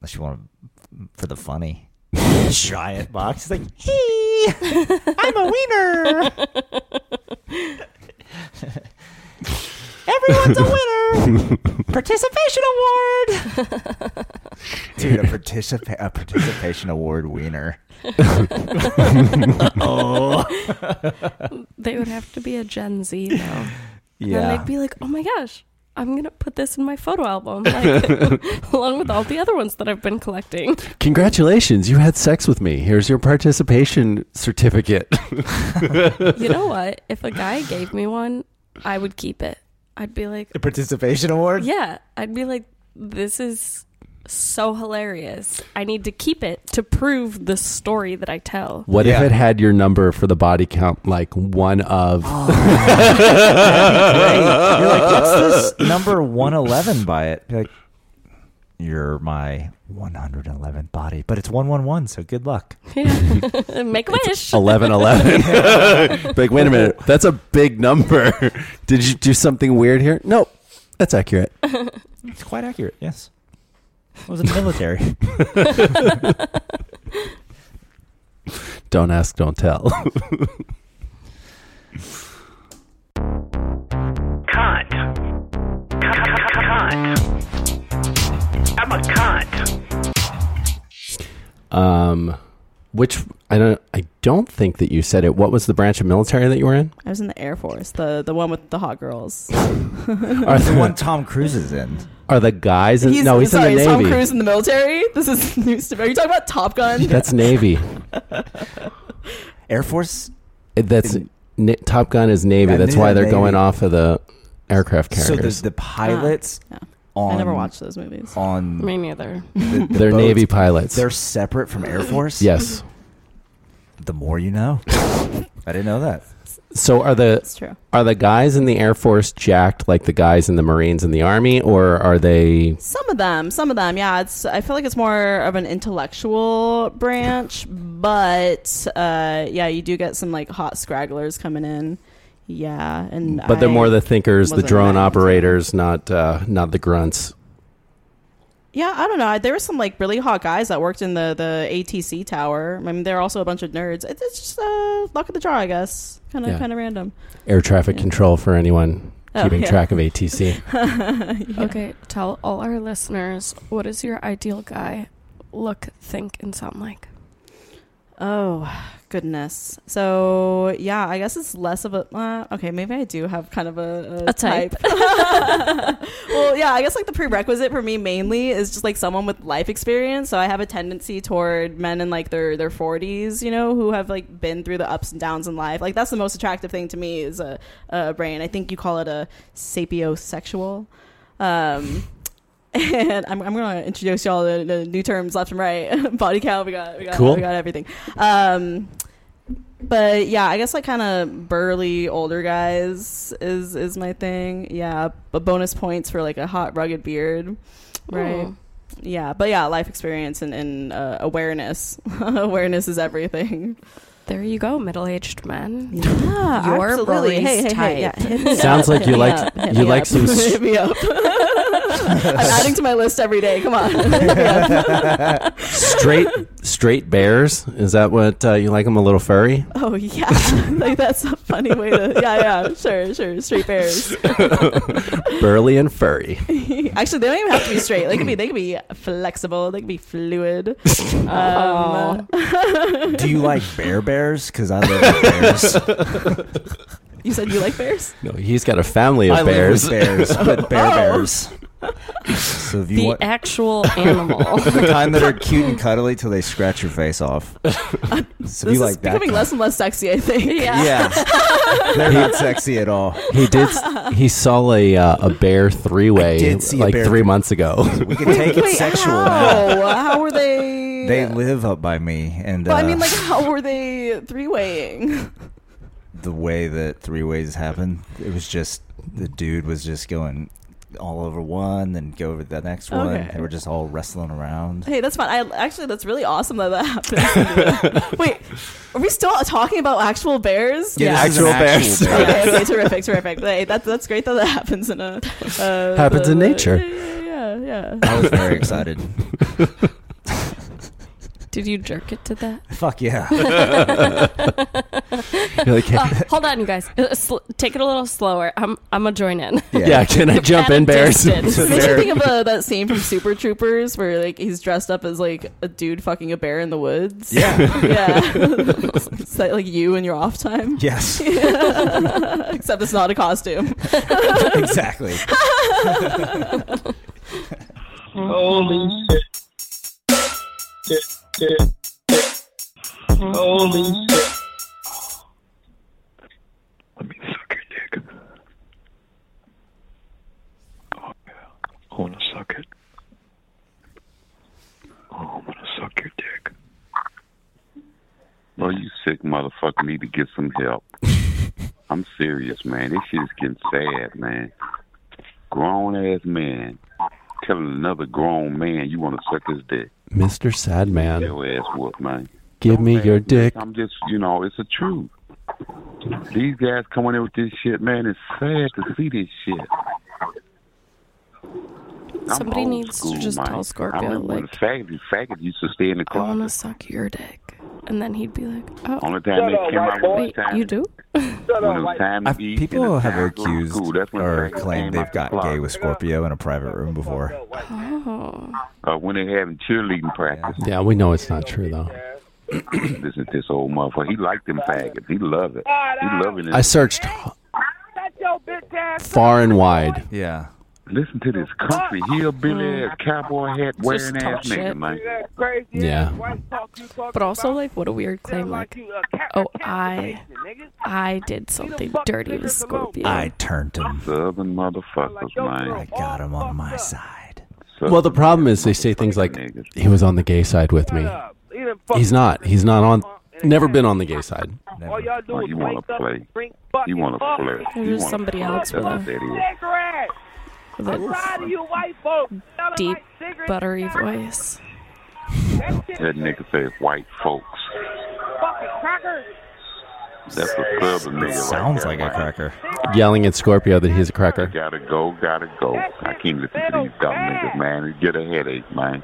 Speaker 4: Unless you want to, for the
Speaker 5: [LAUGHS]
Speaker 4: funny. Giant box. It's like, hey, [LAUGHS] I'm a wiener. Everyone's a
Speaker 5: [LAUGHS]
Speaker 4: winner. Participation award. Dude, a, participa- a participation award
Speaker 5: [LAUGHS]
Speaker 4: wiener. oh.
Speaker 5: [LAUGHS]
Speaker 2: they would have to be a Gen Z though. And then
Speaker 4: Yeah.
Speaker 2: they'd be like, "Oh my gosh, I'm gonna put this in my photo album, like, [LAUGHS] along with all the other ones that I've been collecting.
Speaker 5: Congratulations, you had sex with me. Here's your participation certificate. [LAUGHS]
Speaker 2: [LAUGHS] You know what? If a guy gave me one, I would keep it. I'd be like,
Speaker 4: The participation award?
Speaker 2: yeah, I'd be like, this is so hilarious. I need to keep it to prove the story that I tell.
Speaker 5: What
Speaker 2: [LAUGHS]
Speaker 5: if it had your number for the body count, like one of?
Speaker 4: You're like, what's this number 111 by it? You're like, you're my 111 body, but it's 111, so good luck.
Speaker 2: Yeah. Make a wish.
Speaker 5: Eleven, eleven. like, wait a minute, that's a big number. [LAUGHS] Did you do something weird here? No, that's accurate.
Speaker 4: It's quite accurate, yes. I was in the military.
Speaker 5: [LAUGHS] Don't ask, don't tell.
Speaker 3: Cunt. Cunt, cunt, cunt. I'm a cunt.
Speaker 5: um, which I don't, I don't think that you said it. What was the branch of military that you were in?
Speaker 19: I was in the Air Force, the the one with the hot
Speaker 5: [LAUGHS]
Speaker 19: girls.
Speaker 4: Or the one Tom Cruise is in.
Speaker 5: Are the guys? In,
Speaker 19: He's-
Speaker 5: no, he's
Speaker 19: sorry,
Speaker 5: in the
Speaker 19: is
Speaker 5: navy.
Speaker 19: Tom Cruise in the military. This is [LAUGHS] news to me. Are you talking about Top [LAUGHS] Gun?
Speaker 5: That's navy.
Speaker 4: Air Force.
Speaker 5: That's na- Top Gun is navy.
Speaker 4: Yeah,
Speaker 5: That's why they're
Speaker 4: Navy.
Speaker 5: going off of the aircraft
Speaker 4: So
Speaker 5: carriers.
Speaker 4: the, the pilots on.
Speaker 19: Ah, I never watched those movies.
Speaker 4: On
Speaker 2: Me neither.
Speaker 4: the-
Speaker 5: [LAUGHS]
Speaker 4: the
Speaker 5: They're
Speaker 4: boats,
Speaker 5: Navy pilots.
Speaker 4: They're separate from Air Force?
Speaker 5: yes.
Speaker 4: The more you know. [LAUGHS] I didn't know that.
Speaker 5: So are the
Speaker 19: true.
Speaker 5: are the guys in the Air Force jacked like the guys in the Marines and the Army, or are they?
Speaker 19: [LAUGHS] Some of them, some of them, yeah. It's I feel like it's more of an intellectual branch, but uh, yeah, you do get some like hot scragglers coming in, yeah. And
Speaker 5: But they're
Speaker 19: I
Speaker 5: more the thinkers, the
Speaker 19: wasn't
Speaker 5: drone
Speaker 19: right.
Speaker 5: operators, not uh, not the grunts.
Speaker 19: Yeah, I don't know. There were some like really hot guys that worked in the the ATC tower. I mean, there are also a bunch of nerds. It's it's just uh, luck of the draw, I guess. Kind of
Speaker 5: Yeah.
Speaker 19: kind of random.
Speaker 5: Air traffic control for anyone
Speaker 19: Oh,
Speaker 5: keeping
Speaker 19: yeah.
Speaker 5: track
Speaker 19: [LAUGHS]
Speaker 5: of ATC.
Speaker 2: Okay, tell all our listeners what is your ideal guy look, think, and sound like?
Speaker 19: Oh goodness. So yeah, I guess it's less of a. Uh, okay, maybe I do have kind of a,
Speaker 2: A type.
Speaker 19: well, yeah, I guess like the prerequisite for me mainly is just like someone with life experience. So I have a tendency toward men in like their their forties, you know, who have like been through the ups and downs in life. Like that's the most attractive thing to me is a, a brain. I think you call it a sapiosexual. Um, and I'm, I'm gonna introduce y'all to, to new terms left and right. [LAUGHS] Body count, we got we got,
Speaker 5: Cool.
Speaker 19: we got everything. Um, but yeah, I guess like kind of burly older guys is is my thing. Yeah, but bonus points for like a hot rugged beard, right?
Speaker 2: Ooh.
Speaker 19: Yeah, but yeah, life experience and, and uh, awareness. [LAUGHS] awareness is everything.
Speaker 2: There you go, middle aged man.
Speaker 19: Yeah,
Speaker 2: Your
Speaker 19: Ah, absolutely.
Speaker 2: Rory's
Speaker 19: Hey, hey, hey, yeah,
Speaker 2: type.
Speaker 19: hit me
Speaker 5: Sounds
Speaker 19: up,
Speaker 5: like
Speaker 19: hit
Speaker 5: you
Speaker 19: me
Speaker 5: like-
Speaker 19: up, hit
Speaker 5: you
Speaker 19: me
Speaker 5: like
Speaker 19: up. [LAUGHS]
Speaker 5: some s-
Speaker 19: hit me up. I'm adding to my list every day. Come on.
Speaker 5: [LAUGHS] straight straight bears. Is that what uh, you like them a little furry?
Speaker 19: [LAUGHS] Oh yeah, [LAUGHS] like that's a funny way to. Yeah, yeah, sure, sure. Straight bears. [LAUGHS]
Speaker 5: [LAUGHS] Burly and furry.
Speaker 19: Actually, they don't even have to be straight. They could be. They could be flexible. They could be fluid. Um, [LAUGHS]
Speaker 4: Do you like bear bears? Because I love bears.
Speaker 5: [LAUGHS]
Speaker 19: you said you like bears.
Speaker 5: No, he's got a family of
Speaker 4: I
Speaker 5: bears.
Speaker 4: Live with
Speaker 5: [LAUGHS]
Speaker 4: bears, but
Speaker 19: [LAUGHS]
Speaker 4: bear
Speaker 19: Oh.
Speaker 4: bears. So if you
Speaker 2: the
Speaker 4: want
Speaker 2: actual
Speaker 4: [LAUGHS]
Speaker 2: animal.
Speaker 4: the
Speaker 19: [LAUGHS]
Speaker 4: kind that are cute and cuddly till they scratch your face off. So if
Speaker 19: this
Speaker 4: you
Speaker 19: is
Speaker 4: like that,
Speaker 19: becoming less and less sexy. I think.
Speaker 4: kind- yeah,
Speaker 19: [LAUGHS]
Speaker 4: they're not sexy at all.
Speaker 5: He did. He saw a uh, a bear three way
Speaker 4: did see a
Speaker 5: like
Speaker 4: bear
Speaker 5: three
Speaker 4: three-
Speaker 5: months ago.
Speaker 4: [LAUGHS] We can take it sexual.
Speaker 5: [LAUGHS]
Speaker 4: now.
Speaker 19: Oh, how were
Speaker 4: [LAUGHS]
Speaker 19: they?
Speaker 4: They live up by me, and
Speaker 19: But I
Speaker 4: uh,
Speaker 19: mean, like, how were they three weighing?
Speaker 4: the way that three ways happened, it was just the dude was just going all over one, then go over the next one.
Speaker 19: Okay.
Speaker 4: They were just all wrestling around.
Speaker 19: Hey, that's fun. I actually, that's really awesome that that
Speaker 4: [LAUGHS]
Speaker 19: happened. Wait, are we still talking about actual bears?
Speaker 5: Yeah, Yeah. this is an Actual actual bears. bear.
Speaker 19: okay, okay, terrific, terrific. Hey, that, that's great that that happens in a uh,
Speaker 5: Happens in
Speaker 19: the-
Speaker 5: nature.
Speaker 19: Yeah, yeah, yeah.
Speaker 4: I was very excited.
Speaker 5: [LAUGHS]
Speaker 2: Did you jerk it to that?
Speaker 4: Fuck
Speaker 19: [LAUGHS]
Speaker 4: yeah.
Speaker 5: [LAUGHS] You're like,
Speaker 2: Uh, hold on, you guys. Uh, sl- take it a little slower. I'm I'm gonna join in. [LAUGHS]
Speaker 5: Yeah. Yeah, can I jump
Speaker 2: At a
Speaker 5: in, Bears?
Speaker 2: distance.
Speaker 5: [LAUGHS] It's
Speaker 19: Makes me
Speaker 5: Bear.
Speaker 19: think of uh, that scene from Super Troopers where like he's dressed up as like a dude fucking a bear in the woods.
Speaker 4: Yeah.
Speaker 5: [LAUGHS]
Speaker 19: yeah. Is that like you in your off time? [LAUGHS]
Speaker 4: Yes.
Speaker 19: Except it's not a costume. [LAUGHS]
Speaker 4: exactly.
Speaker 18: Holy shit. Shit, shit, shit. Holy shit.
Speaker 20: I want to suck it. Oh, I'm going to suck your dick.
Speaker 21: Well, you sick motherfucker need to get some
Speaker 5: [LAUGHS]
Speaker 21: help. I'm serious, man. This shit is getting sad, man. Grown ass man telling another grown man you want to suck his dick.
Speaker 5: Mr. Sadman.
Speaker 21: Your ass whoop, man.
Speaker 5: Give me your dick.
Speaker 21: I'm just, you know, it's the truth. These guys coming in with this shit, man. It's sad to see this shit. I'm
Speaker 2: Somebody
Speaker 21: old
Speaker 2: needs
Speaker 21: school,
Speaker 2: to just
Speaker 21: man.
Speaker 2: tell
Speaker 21: I
Speaker 2: Scorpio,
Speaker 21: remember when
Speaker 2: like,
Speaker 21: the faggot, faggot used to stay in the
Speaker 2: I want
Speaker 21: closet.
Speaker 2: to suck your dick. And then he'd be like, oh.
Speaker 21: Only time Shut they up, came out white boy.
Speaker 2: Wait,
Speaker 21: time-
Speaker 2: you do?
Speaker 21: When it was time to eat, and
Speaker 4: People
Speaker 21: it's
Speaker 4: have
Speaker 21: time to go to
Speaker 4: accused
Speaker 21: school. That's when
Speaker 4: or
Speaker 21: faggots
Speaker 4: claimed
Speaker 21: came
Speaker 4: they've
Speaker 21: out the
Speaker 4: got
Speaker 21: closet.
Speaker 4: gay with Scorpio in a private room before.
Speaker 2: Oh.
Speaker 21: Uh, when they having cheerleading practice.
Speaker 5: Yeah, we know it's not true
Speaker 21: [CLEARS THROAT]
Speaker 5: though.
Speaker 21: this is this old motherfucker. He liked them faggots. He loved it. He loving it.
Speaker 5: I searched far and wide.
Speaker 4: Yeah.
Speaker 21: Listen to this country hillbilly ass cowboy hat wearing
Speaker 2: Mm. Just
Speaker 21: ass
Speaker 2: talk
Speaker 21: nigga,
Speaker 2: shit.
Speaker 21: man.
Speaker 5: Yeah.
Speaker 2: But also, like, what a weird claim. Like, oh, I, I did something dirty with Scorpio.
Speaker 4: I turned him.
Speaker 21: Southern motherfuckers, man. I
Speaker 4: got him on my side.
Speaker 5: Well, the problem is they say things like he was on the gay side with me. He's not. He's not on. Never been on the gay side.
Speaker 21: All y'all do you want to play? You want to flirt?
Speaker 2: There's
Speaker 21: You
Speaker 2: just
Speaker 21: wanna
Speaker 2: somebody
Speaker 21: flirt.
Speaker 2: else
Speaker 21: That's
Speaker 2: with
Speaker 21: what that is.
Speaker 2: With a deep, buttery voice.
Speaker 21: That nigga says white folks. That's a southern nigga.
Speaker 4: Sounds like
Speaker 21: right there,
Speaker 4: a cracker.
Speaker 5: Yelling at Scorpio that he's a cracker.
Speaker 21: Gotta go, gotta go. I can't listen to these dumb niggas, man. They get a headache, man.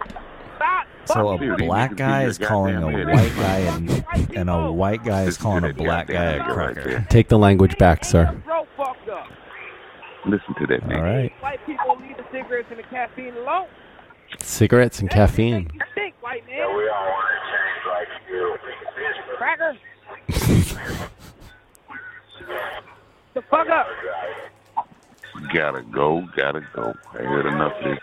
Speaker 4: So a
Speaker 21: Dude,
Speaker 4: black
Speaker 21: these niggas
Speaker 4: guy
Speaker 21: be
Speaker 4: is
Speaker 21: your
Speaker 4: calling
Speaker 21: goddamn
Speaker 4: a
Speaker 21: headache,
Speaker 4: white guy
Speaker 21: man.
Speaker 4: and, and a white guy is calling a black guy a cracker.
Speaker 5: Take the language back, sir.
Speaker 21: Listen to that.
Speaker 5: All right.
Speaker 18: White people leave the cigarettes and the caffeine alone.
Speaker 5: Cigarettes and caffeine.
Speaker 18: You think, white man? Yeah, we all want to change like you. Cracker. the fuck up.
Speaker 21: Gotta go, gotta go. I heard enough of this.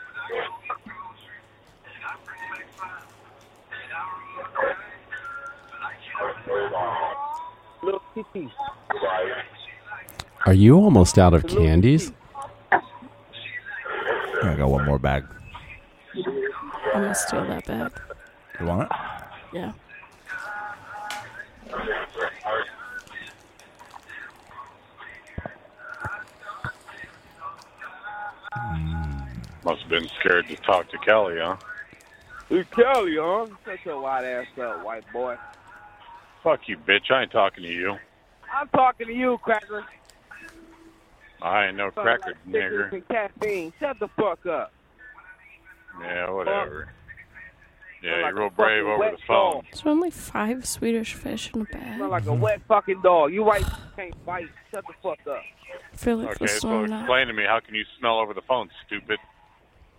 Speaker 18: Little kitty.
Speaker 5: Are you almost out of candies?
Speaker 4: I got one more bag.
Speaker 2: I'm gonna steal that bag.
Speaker 4: You want it?
Speaker 2: Yeah.
Speaker 22: Must have been scared to talk to Kelly, huh?
Speaker 18: You Kelly, huh? Shut your white ass up, white boy.
Speaker 22: Fuck you, bitch. I ain't talking to you.
Speaker 18: I'm talking to you, Cracker.
Speaker 22: I
Speaker 18: Oh,
Speaker 22: ain't no cracker, nigger.
Speaker 18: And caffeine. Shut the fuck up.
Speaker 22: Yeah, whatever. Yeah,
Speaker 18: Like
Speaker 22: you're real
Speaker 18: a
Speaker 22: brave
Speaker 18: fucking
Speaker 22: over
Speaker 18: wet
Speaker 22: the phone.
Speaker 2: There's only five Swedish fish in a bag.
Speaker 18: Smell like a wet fucking dog. You white can't bite. Shut the fuck up.
Speaker 2: I feel like
Speaker 22: Okay,
Speaker 2: this
Speaker 22: so
Speaker 2: one. uh,
Speaker 22: explain to me how can you smell over the phone, stupid?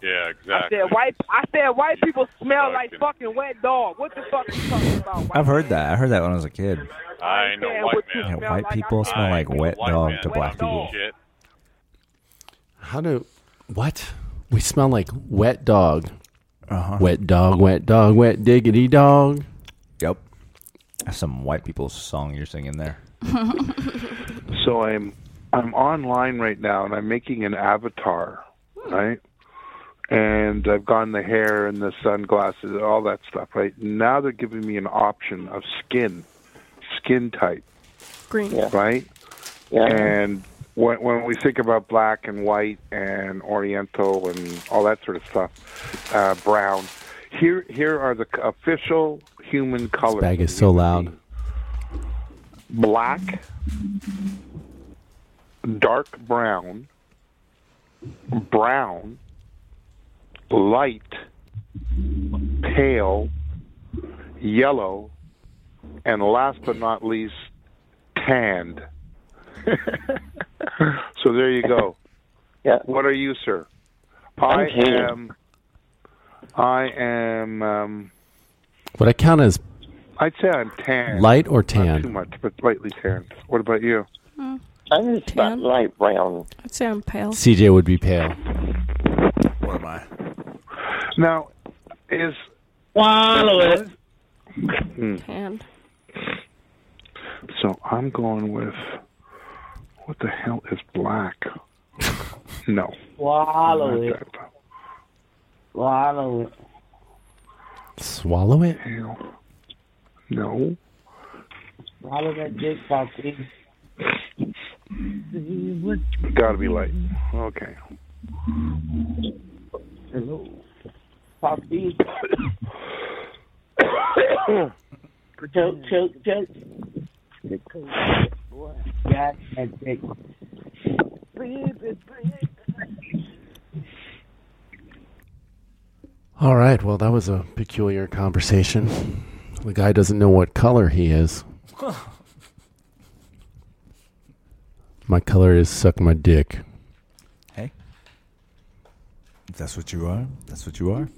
Speaker 22: Yeah,
Speaker 18: I
Speaker 22: exactly.
Speaker 18: said white. I said white people smell like fucking wet dog. What the fuck are you talking about? White
Speaker 4: I've heard that. I heard that when I was a kid.
Speaker 22: I ain't no white man.
Speaker 4: Yeah, white people smell like wet dog to black people.
Speaker 22: Shit.
Speaker 5: How do what? We smell like wet dog.
Speaker 4: Uh-huh.
Speaker 5: Wet dog, wet dog, wet diggity dog.
Speaker 4: Yep. That's some white people's song you're singing there.
Speaker 20: So I'm I'm online right now, and I'm making an avatar, right? And I've gotten the hair and the sunglasses, all that stuff, right? Now they're giving me an option of skin, skin type,
Speaker 2: green,
Speaker 20: right?
Speaker 2: Yeah.
Speaker 20: And when, when we think about black and white and Oriental and all that sort of stuff, uh, brown. Here, here are the c- official human colors.
Speaker 5: Bag is so loud.
Speaker 20: black, dark brown, brown, light, pale, yellow, and last but not least,
Speaker 6: [LAUGHS]
Speaker 20: tanned. so there you go.
Speaker 9: [LAUGHS] Yeah.
Speaker 20: What are you, sir?
Speaker 9: I'm
Speaker 20: I
Speaker 9: tan.
Speaker 20: am. I am. Um,
Speaker 5: Would I count as
Speaker 20: I'd say I'm tan.
Speaker 5: light or
Speaker 20: Not too
Speaker 5: tan?
Speaker 20: much, but lightly tanned. What about you?
Speaker 2: mm,
Speaker 9: I'm just about light brown.
Speaker 2: I'd say I'm pale.
Speaker 5: CJ would be pale.
Speaker 20: Now, is
Speaker 6: Swallow it.
Speaker 20: Hmm. So I'm going with what the hell is black? no.
Speaker 6: Swallow it.
Speaker 20: Swallow it.
Speaker 5: Swallow it?
Speaker 20: No.
Speaker 6: Swallow that dick, Foxy.
Speaker 20: Gotta be light. Okay.
Speaker 6: Foxy.
Speaker 23: choke, choke, choke.
Speaker 6: Got that dick.
Speaker 5: All right. Well, that was a peculiar conversation. The guy doesn't know what color he is. My color is suck my dick.
Speaker 4: If that's what you are, that's what you are.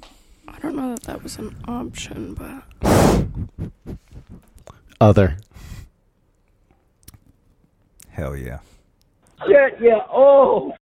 Speaker 2: I don't know that that was an option, but
Speaker 5: Other.
Speaker 4: Hell yeah.
Speaker 6: Yeah, yeah. Oh.